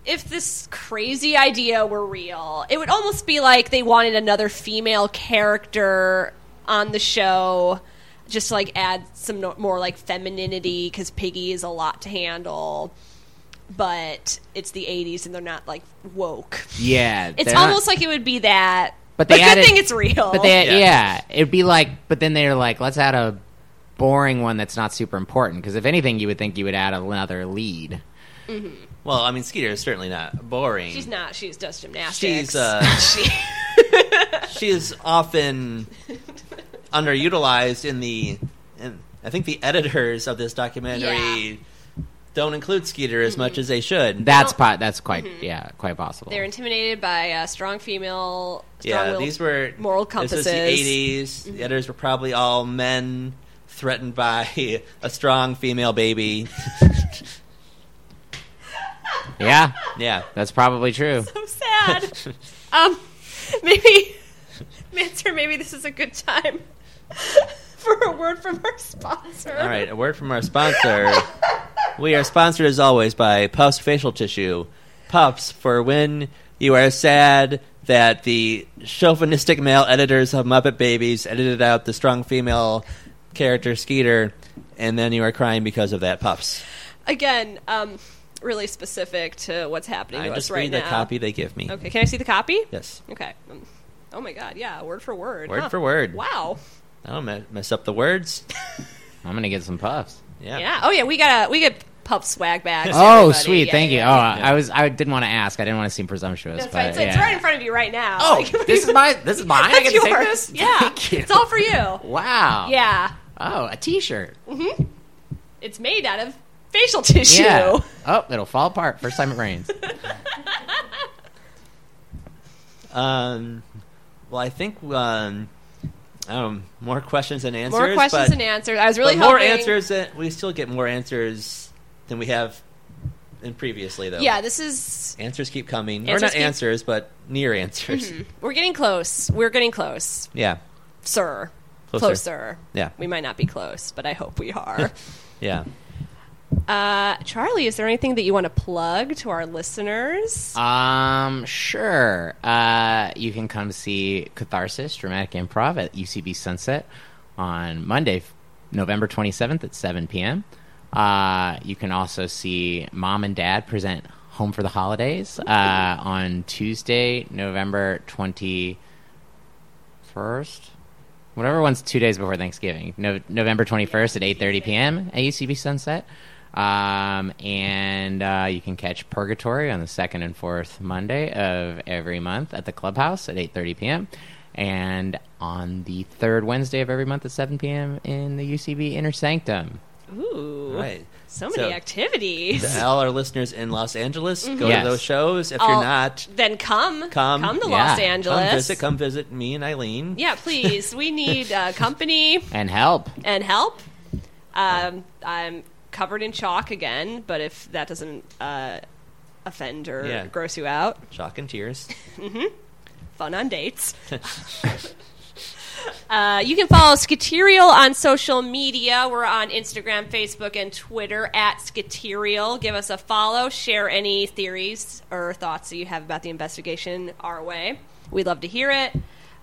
[SPEAKER 3] if this crazy idea were real, it would almost be like they wanted another female character on the show just to like add some no- more like femininity cuz Piggy is a lot to handle. But it's the 80s and they're not like woke.
[SPEAKER 5] Yeah,
[SPEAKER 3] It's
[SPEAKER 5] they're not-
[SPEAKER 3] almost like it would be that.
[SPEAKER 5] But they added-
[SPEAKER 3] good thing it's real.
[SPEAKER 5] But they,
[SPEAKER 2] Yeah.
[SPEAKER 5] yeah. it'd be like. But then they're like, let's add a boring one that's not super important. Because if anything, you would think you would add another lead.
[SPEAKER 2] Well, I mean, Skeeter is certainly not boring.
[SPEAKER 3] She's not. She's does gymnastics.
[SPEAKER 2] She's uh,
[SPEAKER 3] She-
[SPEAKER 2] she is often underutilized in the. In, I think the editors of this documentary don't include Skeeter as much as they should.
[SPEAKER 5] That's po- That's quite
[SPEAKER 3] mm-hmm.
[SPEAKER 5] yeah, quite possible.
[SPEAKER 3] They're intimidated by uh, strong female.
[SPEAKER 2] yeah,
[SPEAKER 3] strong-willed-
[SPEAKER 2] these were
[SPEAKER 3] moral
[SPEAKER 2] This was
[SPEAKER 3] compasses.
[SPEAKER 2] the eighties. The editors were probably all men threatened by a strong female baby.
[SPEAKER 5] Yeah,
[SPEAKER 2] yeah.
[SPEAKER 5] that's probably true.
[SPEAKER 3] so sad. um, maybe, Manser, maybe this is a good time for a word from our sponsor.
[SPEAKER 2] All right, a word from our sponsor. we are sponsored as always by Puffs Facial Tissue. Puffs for when you are sad that the chauvinistic male editors of Muppet Babies edited out the strong female character Skeeter, and then you are crying because of that. Puffs.
[SPEAKER 3] Again, um, really specific to what's happening
[SPEAKER 2] I
[SPEAKER 3] to
[SPEAKER 2] just
[SPEAKER 3] us right
[SPEAKER 2] read
[SPEAKER 3] now.
[SPEAKER 2] the copy they give me.
[SPEAKER 3] Okay, can I see the copy?
[SPEAKER 2] Yes.
[SPEAKER 3] Okay. Um, oh my God! Yeah, word for word.
[SPEAKER 2] Word
[SPEAKER 3] huh.
[SPEAKER 2] for word.
[SPEAKER 3] Wow.
[SPEAKER 2] I don't me- mess up the words.
[SPEAKER 5] I'm gonna get some puffs.
[SPEAKER 2] Yeah.
[SPEAKER 3] Yeah. Oh yeah, we got a we get pup swag bags.
[SPEAKER 5] Oh,
[SPEAKER 3] everybody.
[SPEAKER 5] sweet,
[SPEAKER 3] Yeah,
[SPEAKER 5] thank
[SPEAKER 3] yeah,
[SPEAKER 5] you.
[SPEAKER 3] yeah.
[SPEAKER 5] Oh, I was I didn't want to ask. I didn't want to seem presumptuous,
[SPEAKER 3] That's
[SPEAKER 5] but
[SPEAKER 3] right. It's, it's
[SPEAKER 5] yeah.
[SPEAKER 3] right in front of you right now.
[SPEAKER 5] Oh,
[SPEAKER 3] Like,
[SPEAKER 5] this is my this is mine. I
[SPEAKER 3] That's
[SPEAKER 5] get to take
[SPEAKER 3] yours.
[SPEAKER 5] this.
[SPEAKER 3] Yeah.
[SPEAKER 5] Thank you.
[SPEAKER 3] It's all for you.
[SPEAKER 5] Wow.
[SPEAKER 3] Yeah.
[SPEAKER 5] Oh, a T-shirt.
[SPEAKER 3] It's made out of facial tissue.
[SPEAKER 5] Yeah. Oh, it'll fall apart first time it rains.
[SPEAKER 2] Um, well, I think um, I don't know, more questions and answers.
[SPEAKER 3] More questions
[SPEAKER 2] but,
[SPEAKER 3] and answers. I was really
[SPEAKER 2] but more
[SPEAKER 3] hoping-
[SPEAKER 2] answers. That we still get more answers than we have in previously, though.
[SPEAKER 3] Yeah, this is
[SPEAKER 2] Answers keep coming, or
[SPEAKER 3] Answers
[SPEAKER 2] not
[SPEAKER 3] keep- Mm-hmm.
[SPEAKER 2] answers, but near answers.
[SPEAKER 3] we're getting close. We're getting close,
[SPEAKER 2] Yeah,
[SPEAKER 3] sir.
[SPEAKER 2] Closer. Yeah.
[SPEAKER 3] We might not be close, but I hope we are.
[SPEAKER 2] yeah.
[SPEAKER 3] uh, Charlie, is there anything that you want to plug to our listeners?
[SPEAKER 5] Um, sure. Uh, you can come see Catharsis Dramatic Improv at UCB Sunset on Monday, f- November 27th at 7 p.m. Uh, you can also see Mom and Dad present Home for the Holidays uh, on Tuesday, November 21st. Whatever one's two days before Thanksgiving, no- November 21st at 8:30 p.m. at UCB Sunset. Um, and uh, you can catch Purgatory on the second and fourth Monday of every month at the clubhouse at 8:30 p.m. and on the third Wednesday of every month at 7 p.m. in the UCB Inner Sanctum.
[SPEAKER 3] Ooh,
[SPEAKER 2] All Uh, right.
[SPEAKER 3] so many activities. Mm-hmm.
[SPEAKER 2] to all our listeners in Los Angeles, go
[SPEAKER 5] Yes.
[SPEAKER 2] to those shows. If
[SPEAKER 3] I'll-
[SPEAKER 2] you're not,
[SPEAKER 3] Then come,
[SPEAKER 2] Come.
[SPEAKER 3] come to
[SPEAKER 5] Yeah.
[SPEAKER 3] Los
[SPEAKER 5] Come
[SPEAKER 3] Angeles.
[SPEAKER 2] come visit. Come visit me and Eileen.
[SPEAKER 3] Yeah, please. We need uh, company
[SPEAKER 5] And help.
[SPEAKER 3] and help. Um, I'm covered in chalk again, but if that doesn't uh, offend or
[SPEAKER 2] Yeah.
[SPEAKER 3] gross you out,
[SPEAKER 2] Shock and tears.
[SPEAKER 3] fun on dates. Uh, you can follow Skaterial on social media. We're on Instagram, Facebook, and Twitter at Skaterial. Give us a follow. Share any theories or thoughts that you have about the investigation our way. We'd love to hear it.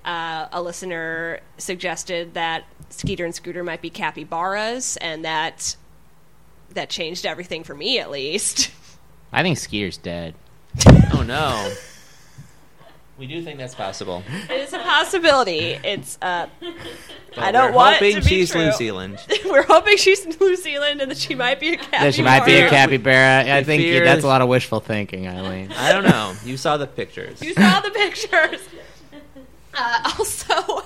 [SPEAKER 3] Uh, a listener suggested that Skeeter and Scooter might be capybaras, and that that changed everything for me, at least.
[SPEAKER 5] I think Skier's dead.
[SPEAKER 2] oh no. We do think that's possible.
[SPEAKER 3] it's a possibility. It's uh,
[SPEAKER 2] But
[SPEAKER 3] I don't
[SPEAKER 2] we're
[SPEAKER 3] want it
[SPEAKER 2] hoping
[SPEAKER 3] to be
[SPEAKER 2] she's
[SPEAKER 3] true.
[SPEAKER 2] New Zealand.
[SPEAKER 3] We're hoping she's in New Zealand and that she might be a capybara.
[SPEAKER 5] That she might be a
[SPEAKER 2] Capybara.
[SPEAKER 5] capybara. I think you,
[SPEAKER 2] fear-
[SPEAKER 5] that's a lot of wishful thinking, Eileen.
[SPEAKER 2] I don't know. You saw the pictures.
[SPEAKER 3] You saw the pictures. Uh, also,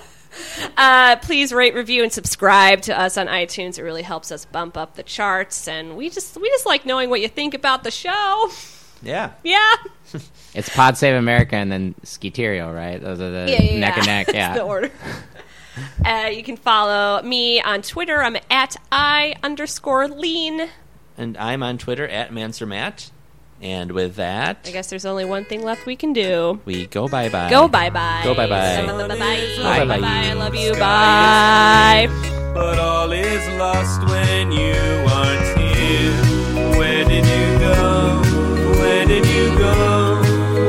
[SPEAKER 3] uh, please rate, review, and subscribe to us on iTunes. It really helps us bump up the charts, and we just we just like knowing what you think about the show.
[SPEAKER 2] Yeah.
[SPEAKER 3] Yeah,
[SPEAKER 5] Uh, It's Pod Save America and then Skeeterio, right? Those are the neck and neck.
[SPEAKER 3] That's
[SPEAKER 5] Yeah.
[SPEAKER 3] the order. Uh, you can follow me on Twitter. I'm at i underscore lean.
[SPEAKER 2] And I'm on Twitter at ManserMatt. And with that,
[SPEAKER 3] I guess there's only one thing left we can do.
[SPEAKER 2] we go bye bye.
[SPEAKER 3] Go bye bye.
[SPEAKER 2] Go bye-bye.
[SPEAKER 3] Bye bye.
[SPEAKER 2] Bye-bye.
[SPEAKER 3] Bye bye. I love you. Bye.
[SPEAKER 4] But all is lost when you aren't here. Where did you go? Where did you go?